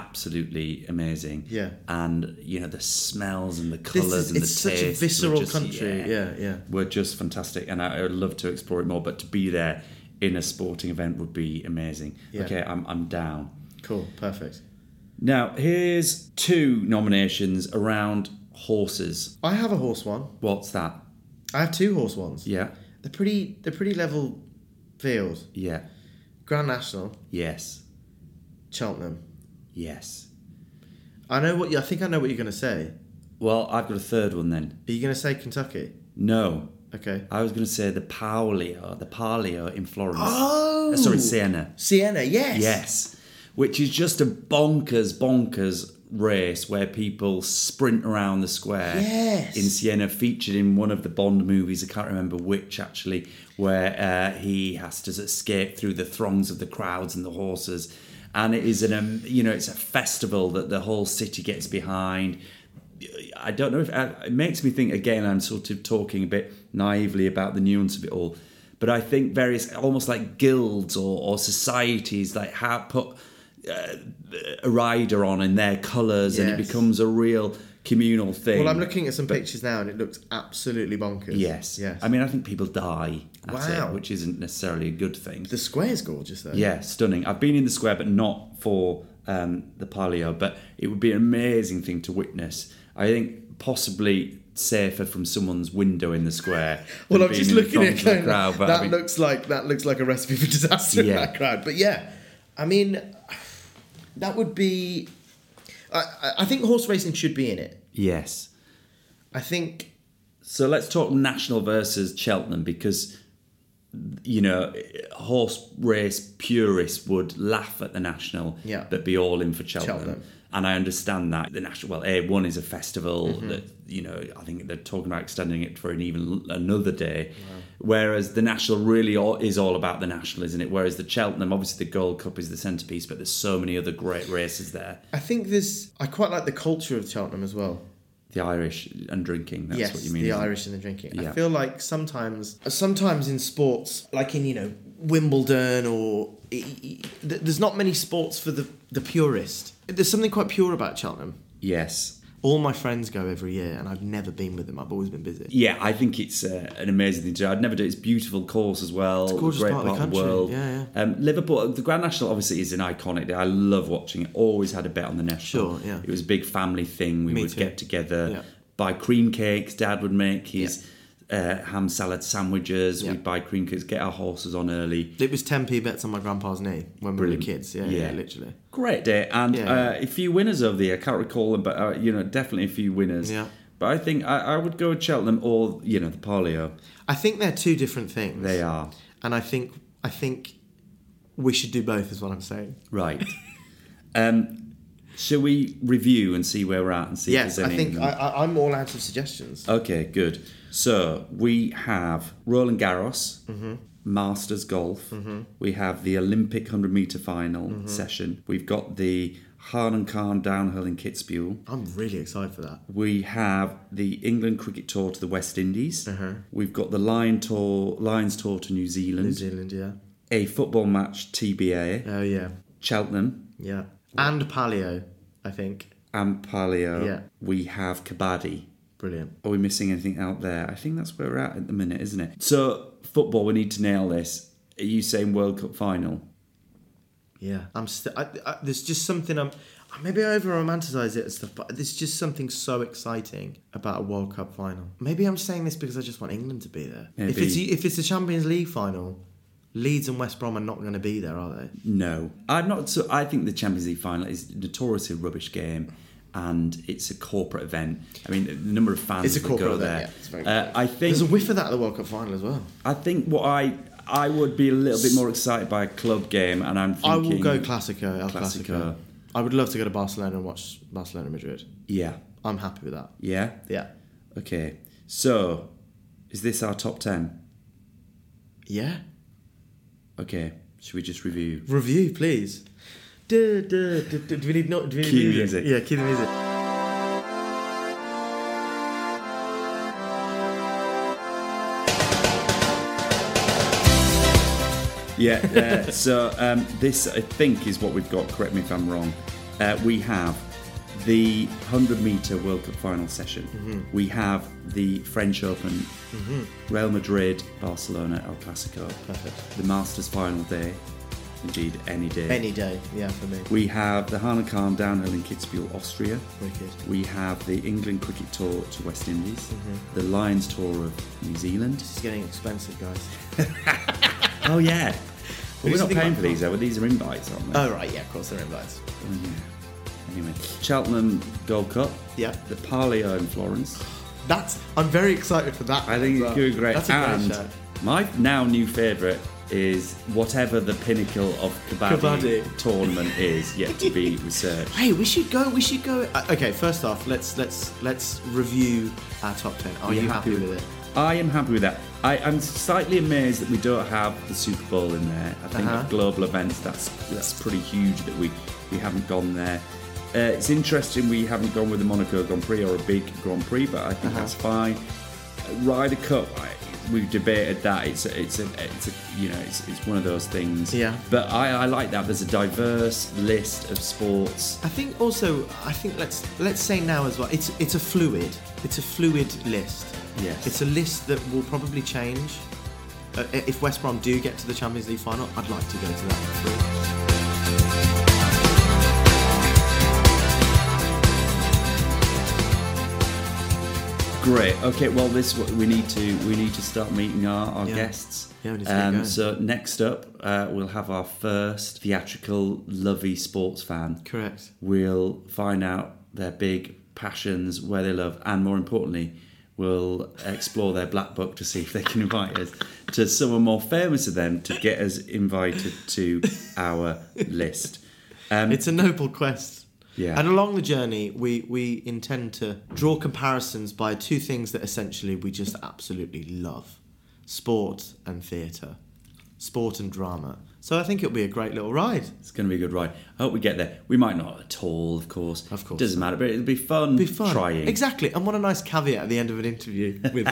[SPEAKER 1] absolutely amazing.
[SPEAKER 4] Yeah.
[SPEAKER 1] and you know the smells and the
[SPEAKER 4] This
[SPEAKER 1] colours
[SPEAKER 4] is,
[SPEAKER 1] and
[SPEAKER 4] it's
[SPEAKER 1] the
[SPEAKER 4] such a
[SPEAKER 1] tastes were
[SPEAKER 4] visceral
[SPEAKER 1] just-
[SPEAKER 4] country. Yeah, yeah.
[SPEAKER 1] were just fantastic, and I, I would love to explore it more. But to be there in a sporting event would be amazing.
[SPEAKER 4] Yeah.
[SPEAKER 1] Okay, I'm, I'm down.
[SPEAKER 4] Cool, perfect.
[SPEAKER 1] Now, here's two nominations around horses.
[SPEAKER 4] I have a horse one.
[SPEAKER 1] What's that?
[SPEAKER 4] I have two horse ones.
[SPEAKER 1] Yeah,
[SPEAKER 4] They're pretty, they're pretty level field.
[SPEAKER 1] yeah,
[SPEAKER 4] Grand National,
[SPEAKER 1] yes,
[SPEAKER 4] Cheltenham.
[SPEAKER 1] yes.
[SPEAKER 4] I know what you, I think I know what you're going to say.
[SPEAKER 1] Well, I've got a third one then.
[SPEAKER 4] Are you going to say Kentucky?
[SPEAKER 1] No,
[SPEAKER 4] Okay.
[SPEAKER 1] I was going to say the Paolio, the Palio in Florence.
[SPEAKER 4] Oh!
[SPEAKER 1] Uh, sorry, Siena.
[SPEAKER 4] Sienna, yes.
[SPEAKER 1] Yes, which is just a bonkers, bonkers race where people sprint around the square.
[SPEAKER 4] Yes.
[SPEAKER 1] In Siena, featured in one of the Bond movies, I can't remember which actually, where uh, he has to escape through the throngs of the crowds and the horses. And it is an, um, you know, it's a festival that the whole city gets behind. I don't know if uh, it makes me think again. I'm sort of talking a bit naively about the nuance of it all, but I think various almost like guilds or, or societies like how put uh, a rider on in their colours, and it
[SPEAKER 4] Yes.
[SPEAKER 1] becomes a real communal thing.
[SPEAKER 4] Well, I'm looking at some pictures now, and it looks absolutely bonkers.
[SPEAKER 1] Yes.
[SPEAKER 4] Yes.
[SPEAKER 1] I mean, I think people die at
[SPEAKER 4] Wow.
[SPEAKER 1] it, which isn't necessarily a good thing.
[SPEAKER 4] the square's gorgeous, though.
[SPEAKER 1] Yeah, stunning. I've been in the square, but not for um, the Palio. But it would be an amazing thing to witness. I think possibly safer from someone's window in the square.
[SPEAKER 4] Well,
[SPEAKER 1] than
[SPEAKER 4] I'm
[SPEAKER 1] being
[SPEAKER 4] just
[SPEAKER 1] in the
[SPEAKER 4] looking at
[SPEAKER 1] throngs
[SPEAKER 4] it.
[SPEAKER 1] of the
[SPEAKER 4] Going,
[SPEAKER 1] crowd, but I
[SPEAKER 4] that
[SPEAKER 1] mean-
[SPEAKER 4] looks like that looks like a recipe for disaster in
[SPEAKER 1] Yeah.
[SPEAKER 4] that crowd. But yeah, I mean, that would be. I, I- I think horse racing should be in it.
[SPEAKER 1] yes.
[SPEAKER 4] I think
[SPEAKER 1] So let's talk national versus Cheltenham because you know horse race purists would laugh at the national,
[SPEAKER 4] Yeah.
[SPEAKER 1] but be all in for Cheltenham.
[SPEAKER 4] Cheltenham.
[SPEAKER 1] And I understand that the national well, A one is a festival
[SPEAKER 4] Mm-hmm.
[SPEAKER 1] that you know I think they're talking about extending it for an even another day, whereas the national really all, is all about the national, isn't it? Whereas the Cheltenham, obviously the Gold Cup is the centerpiece, but there's so many other great races there.
[SPEAKER 4] I think there's. I quite like the culture of Cheltenham as well.
[SPEAKER 1] The Irish and drinking, that's
[SPEAKER 4] yes,
[SPEAKER 1] what you mean.
[SPEAKER 4] the
[SPEAKER 1] isn't it?
[SPEAKER 4] Irish and the drinking.
[SPEAKER 1] Yeah.
[SPEAKER 4] I feel like sometimes, sometimes in sports, like in you know Wimbledon or e- e- th- there's not many sports for the the purist. There's something quite pure about Cheltenham.
[SPEAKER 1] Yes.
[SPEAKER 4] All my friends go every year, and I've never been with them. I've always been busy.
[SPEAKER 1] Yeah, I think it's uh, an amazing thing to do. I'd never do it. It's a beautiful course as well. It's
[SPEAKER 4] a gorgeous
[SPEAKER 1] great
[SPEAKER 4] part of the country.
[SPEAKER 1] world.
[SPEAKER 4] Yeah,
[SPEAKER 1] Um, Liverpool, the Grand National obviously is an iconic day. I love watching it. Always had a bet on the National.
[SPEAKER 4] Sure, yeah.
[SPEAKER 1] It was a big family thing. We
[SPEAKER 4] Me
[SPEAKER 1] would
[SPEAKER 4] too.
[SPEAKER 1] get together,
[SPEAKER 4] Yeah.
[SPEAKER 1] buy cream cakes. Dad would make his uh, ham salad sandwiches.
[SPEAKER 4] Yeah.
[SPEAKER 1] We'd buy cream cakes, get our horses on early.
[SPEAKER 4] It was 10p bets on my grandpa's knee when
[SPEAKER 1] Brilliant.
[SPEAKER 4] we were kids. Yeah,
[SPEAKER 1] Yeah.
[SPEAKER 4] yeah, literally.
[SPEAKER 1] Great day, and
[SPEAKER 4] Yeah.
[SPEAKER 1] uh, a few winners over the year. I can't recall them, but uh, you know, definitely a few winners.
[SPEAKER 4] Yeah.
[SPEAKER 1] But I think I, I would go with Cheltenham or you know the Polio.
[SPEAKER 4] I think they're two different things.
[SPEAKER 1] They are
[SPEAKER 4] and I think I think we should do both. Is what I'm saying.
[SPEAKER 1] right. um, shall we review and see where we're at and see
[SPEAKER 4] Yes,
[SPEAKER 1] if there's
[SPEAKER 4] I
[SPEAKER 1] any?
[SPEAKER 4] think I, I, I'm all out of suggestions.
[SPEAKER 1] okay, good. So we have Roland Garros,
[SPEAKER 4] Mm-hmm.
[SPEAKER 1] Masters Golf. We have the Olympic hundred meter final
[SPEAKER 4] Mm-hmm.
[SPEAKER 1] session. We've got the Harnan Khan downhill in Kitzbühel.
[SPEAKER 4] I'm really excited for that.
[SPEAKER 1] We have the England cricket tour to the West Indies. We've got the Lion tour, Lions tour to New Zealand.
[SPEAKER 4] Uh-huh. New Zealand, yeah.
[SPEAKER 1] A football match, TBA,
[SPEAKER 4] Oh yeah,
[SPEAKER 1] Cheltenham,
[SPEAKER 4] yeah. And paleo, I think.
[SPEAKER 1] and Palio.
[SPEAKER 4] Yeah.
[SPEAKER 1] We have Kabaddi.
[SPEAKER 4] Brilliant.
[SPEAKER 1] Are we missing anything out there? I think that's where we're at at the minute, isn't it? So football, we need to nail this. Are you saying World Cup final?
[SPEAKER 4] Yeah. I'm st- I, I, there's just something I'm maybe I over romanticize it and stuff, but there's just something so exciting about a World Cup final. Maybe I'm saying this because I just want England to be there. If it's
[SPEAKER 1] Maybe.
[SPEAKER 4] if it's the Champions League final, Leeds and West Brom are not going to be there, are they?
[SPEAKER 1] No, I'm not. So I think the Champions League final is notoriously a rubbish game, and it's a corporate event. I mean, the number of fans
[SPEAKER 4] It's a
[SPEAKER 1] that
[SPEAKER 4] corporate
[SPEAKER 1] go
[SPEAKER 4] event,
[SPEAKER 1] there.
[SPEAKER 4] yeah, it's very
[SPEAKER 1] uh, I think
[SPEAKER 4] There's a whiff of that at the World Cup final as well.
[SPEAKER 1] I think what I I would be a little bit more excited by a club game, and I'm thinking
[SPEAKER 4] I will go Classico, El Clasico.
[SPEAKER 1] Clasico.
[SPEAKER 4] I would love to go to Barcelona and watch Barcelona Madrid.
[SPEAKER 1] Yeah,
[SPEAKER 4] I'm happy with that.
[SPEAKER 1] yeah,
[SPEAKER 4] Yeah.
[SPEAKER 1] okay. So, is this our top ten?
[SPEAKER 4] Yeah.
[SPEAKER 1] Okay, should we just review?
[SPEAKER 4] Review, please. Do, do, do, do, do we need no? Do we need
[SPEAKER 1] Cue the music.
[SPEAKER 4] music? Yeah, cue the music.
[SPEAKER 1] Yeah. Uh, so um, this I think is what we've got. Correct me if I'm wrong. Uh, we have the 100 meter World Cup final session.
[SPEAKER 4] Mm-hmm.
[SPEAKER 1] We have the French Open, Real Madrid, Barcelona, El Clasico.
[SPEAKER 4] Perfect.
[SPEAKER 1] The Masters final day. Indeed, any day.
[SPEAKER 4] Any day, yeah, for me.
[SPEAKER 1] We have the Hana Khan downhill in Kitzbühel, Austria.
[SPEAKER 4] Wicked.
[SPEAKER 1] We have the England cricket tour to West Indies,
[SPEAKER 4] Mm-hmm.
[SPEAKER 1] the Lions tour of New Zealand.
[SPEAKER 4] This is getting expensive, guys.
[SPEAKER 1] Oh yeah,
[SPEAKER 4] Who's
[SPEAKER 1] we're not
[SPEAKER 4] the
[SPEAKER 1] paying
[SPEAKER 4] guy-
[SPEAKER 1] for these, though. These are invites, aren't they?
[SPEAKER 4] Oh right, yeah, of course they're invites.
[SPEAKER 1] Anyway, Cheltenham Gold Cup.
[SPEAKER 4] Yeah.
[SPEAKER 1] The Palio in Florence.
[SPEAKER 4] That's. I'm very excited for that.
[SPEAKER 1] I think
[SPEAKER 4] as
[SPEAKER 1] it's
[SPEAKER 4] well.
[SPEAKER 1] good, great.
[SPEAKER 4] That's a
[SPEAKER 1] and
[SPEAKER 4] great show.
[SPEAKER 1] my now new favourite is whatever the pinnacle of kabaddi,
[SPEAKER 4] Kabaddi.
[SPEAKER 1] tournament is yet to be researched.
[SPEAKER 4] Hey, we should go. We should go. Uh, okay, first off, let's let's let's review our top ten. Are
[SPEAKER 1] You're
[SPEAKER 4] you happy with it?
[SPEAKER 1] I am happy with that. I, I'm slightly amazed that we don't have the Super Bowl in there. I think
[SPEAKER 4] Uh-huh.
[SPEAKER 1] of global events, that's that's pretty huge that we, we haven't gone there. Uh, it's interesting we haven't gone with the Monaco Grand Prix or a big Grand Prix, but I think that's
[SPEAKER 4] Uh-huh.
[SPEAKER 1] fine. Ryder Cup, I, we've debated that. It's a, it's a, it's a, you know it's, it's one of those things.
[SPEAKER 4] Yeah.
[SPEAKER 1] But I, I like that. There's a diverse list of sports.
[SPEAKER 4] I think also I think let's let's say now as well it's it's a fluid it's a fluid list.
[SPEAKER 1] Yes.
[SPEAKER 4] It's a list that will probably change. Uh, i- if West Brom do get to the Champions League final, I'd like to go to that. Through.
[SPEAKER 1] Great. Okay. Well, this we need to we need to start meeting our, our
[SPEAKER 4] Yeah.
[SPEAKER 1] guests. Um,
[SPEAKER 4] Yeah, we need to get going.
[SPEAKER 1] so next up, uh, we'll have our first theatrical lovey sports fan.
[SPEAKER 4] Correct.
[SPEAKER 1] We'll find out their big passions, where they love, and more importantly, we'll explore their black book to see if they can invite us to someone more famous than them to get us invited to our list.
[SPEAKER 4] It's a noble quest.
[SPEAKER 1] Yeah.
[SPEAKER 4] And along the journey, we we intend to draw comparisons by two things that essentially we just absolutely love: sport and theatre, sport and drama. So I think it'll be a great little ride.
[SPEAKER 1] It's going to be a good ride. I hope we get there. We might not at all, of course.
[SPEAKER 4] Of course.
[SPEAKER 1] Doesn't matter, but it'll be fun,
[SPEAKER 4] be fun.
[SPEAKER 1] trying.
[SPEAKER 4] Exactly. And what a nice caveat at the end of an interview with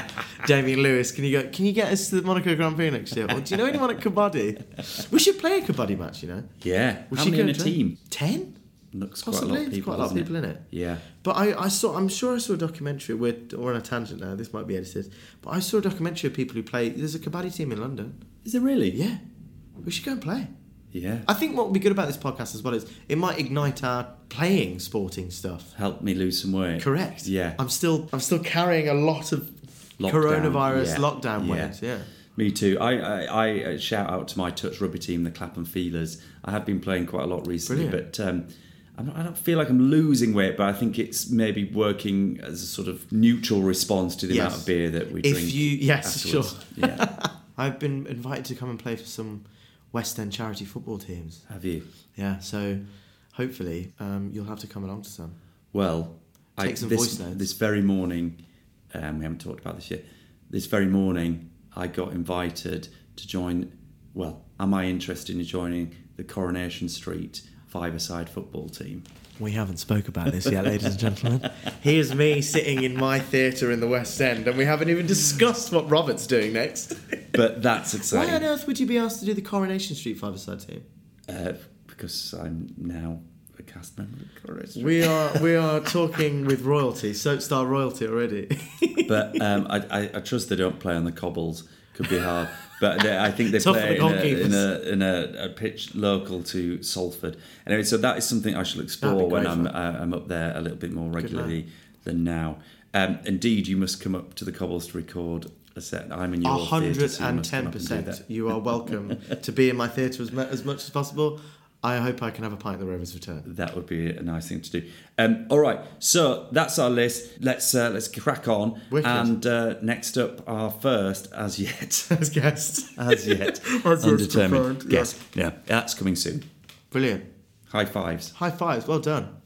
[SPEAKER 4] Damien Lewis. Can you go, can you get us to the Monaco Grand Prix next year? Or do you know anyone at Kabaddi? We should play a Kabaddi match, you know.
[SPEAKER 1] Yeah.
[SPEAKER 4] We
[SPEAKER 1] How
[SPEAKER 4] should
[SPEAKER 1] many in
[SPEAKER 4] go
[SPEAKER 1] a
[SPEAKER 4] and try.
[SPEAKER 1] team?
[SPEAKER 4] Ten?
[SPEAKER 1] Looks
[SPEAKER 4] Possibly.
[SPEAKER 1] quite a lot of
[SPEAKER 4] There's
[SPEAKER 1] people.
[SPEAKER 4] quite a lot of
[SPEAKER 1] doesn't
[SPEAKER 4] people in it.
[SPEAKER 1] Yeah.
[SPEAKER 4] But I, I saw, I'm sure I saw a documentary where, or on a tangent now, this might be edited, but I saw a documentary of people who play, there's a Kabaddi team in London.
[SPEAKER 1] Is there really?
[SPEAKER 4] Yeah. We should go and play.
[SPEAKER 1] Yeah.
[SPEAKER 4] I think what would be good about this podcast as well is it might ignite our playing sporting stuff.
[SPEAKER 1] Help me lose some weight.
[SPEAKER 4] Correct.
[SPEAKER 1] Yeah.
[SPEAKER 4] I'm still I'm still carrying a lot of
[SPEAKER 1] Lockdown,
[SPEAKER 4] coronavirus
[SPEAKER 1] yeah,
[SPEAKER 4] lockdown
[SPEAKER 1] yeah.
[SPEAKER 4] waves. Yeah.
[SPEAKER 1] Me too. I, I, I uh, shout out to my touch rugby team, the Clapham Feelers. I have been playing quite a lot recently,
[SPEAKER 4] Brilliant.
[SPEAKER 1] but um, I'm not, I don't feel like I'm losing weight, but I think it's maybe working as a sort of neutral response to the amount
[SPEAKER 4] Yes.
[SPEAKER 1] of beer that we
[SPEAKER 4] If
[SPEAKER 1] drink.
[SPEAKER 4] you- yes,
[SPEAKER 1] afterwards. Yeah,
[SPEAKER 4] I've been invited to come and play for some West End charity football teams.
[SPEAKER 1] have you?
[SPEAKER 4] Yeah. So hopefully um, you'll have to come along to some.
[SPEAKER 1] Well,
[SPEAKER 4] Take some
[SPEAKER 1] this,
[SPEAKER 4] voice notes.
[SPEAKER 1] this very morning, um, we haven't talked about this yet. This very morning, I got invited to join. Well, am I interested in joining the Coronation Street five-a-side football team?
[SPEAKER 4] We haven't spoke about this yet, ladies and gentlemen. Here's me sitting in my theatre in the West End, and we haven't even discussed what Robert's doing next.
[SPEAKER 1] But that's exciting.
[SPEAKER 4] Why on earth would you be asked to do the Coronation Street five-a-side team?
[SPEAKER 1] Uh, because I'm now a cast member of Coronation. Street.
[SPEAKER 4] We are we are talking with royalty, soap star royalty already.
[SPEAKER 1] But um, I, I, I trust they don't play on the cobbles. Could be hard. But they, I think they
[SPEAKER 4] Tough
[SPEAKER 1] play in
[SPEAKER 4] for
[SPEAKER 1] a,
[SPEAKER 4] the
[SPEAKER 1] in, a, in a, a pitch local to Salford. Anyway, so that is something I shall explore when
[SPEAKER 4] great
[SPEAKER 1] I'm uh,
[SPEAKER 4] fun.
[SPEAKER 1] I'm up there a little bit more regularly than now. Um, indeed, you must come up to the cobbles to record a set. I'm in your theatre, so you must come up and do
[SPEAKER 4] 110%.
[SPEAKER 1] that.
[SPEAKER 4] You are welcome to be in my theatre as, mu- as much as possible. I hope I can have a pint at the Rover's return.
[SPEAKER 1] That would be a nice thing to do. Um, all right, so that's our list. Let's uh, let's crack on.
[SPEAKER 4] Wicked.
[SPEAKER 1] And uh, next up, our first as yet,
[SPEAKER 4] As guests.
[SPEAKER 1] as yet
[SPEAKER 4] As yet
[SPEAKER 1] undetermined
[SPEAKER 4] confirmed,
[SPEAKER 1] guest. Yeah. that's coming soon.
[SPEAKER 4] Brilliant.
[SPEAKER 1] High fives.
[SPEAKER 4] High fives. Well done.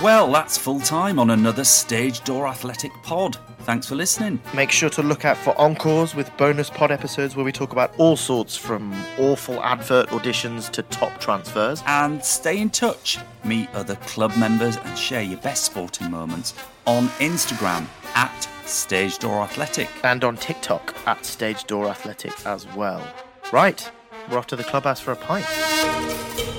[SPEAKER 1] Well, that's full time on another Stage Door Athletic pod. Thanks for listening.
[SPEAKER 4] Make sure to look out for encores with bonus pod episodes where we talk about all sorts from awful advert auditions to top transfers.
[SPEAKER 1] and stay in touch. Meet other club members and share your best sporting moments on Instagram at Stage Door Athletic.
[SPEAKER 4] and on TikTok at Stage Door Athletic as well. Right, we're off to the clubhouse for a pint.
[SPEAKER 5] Thank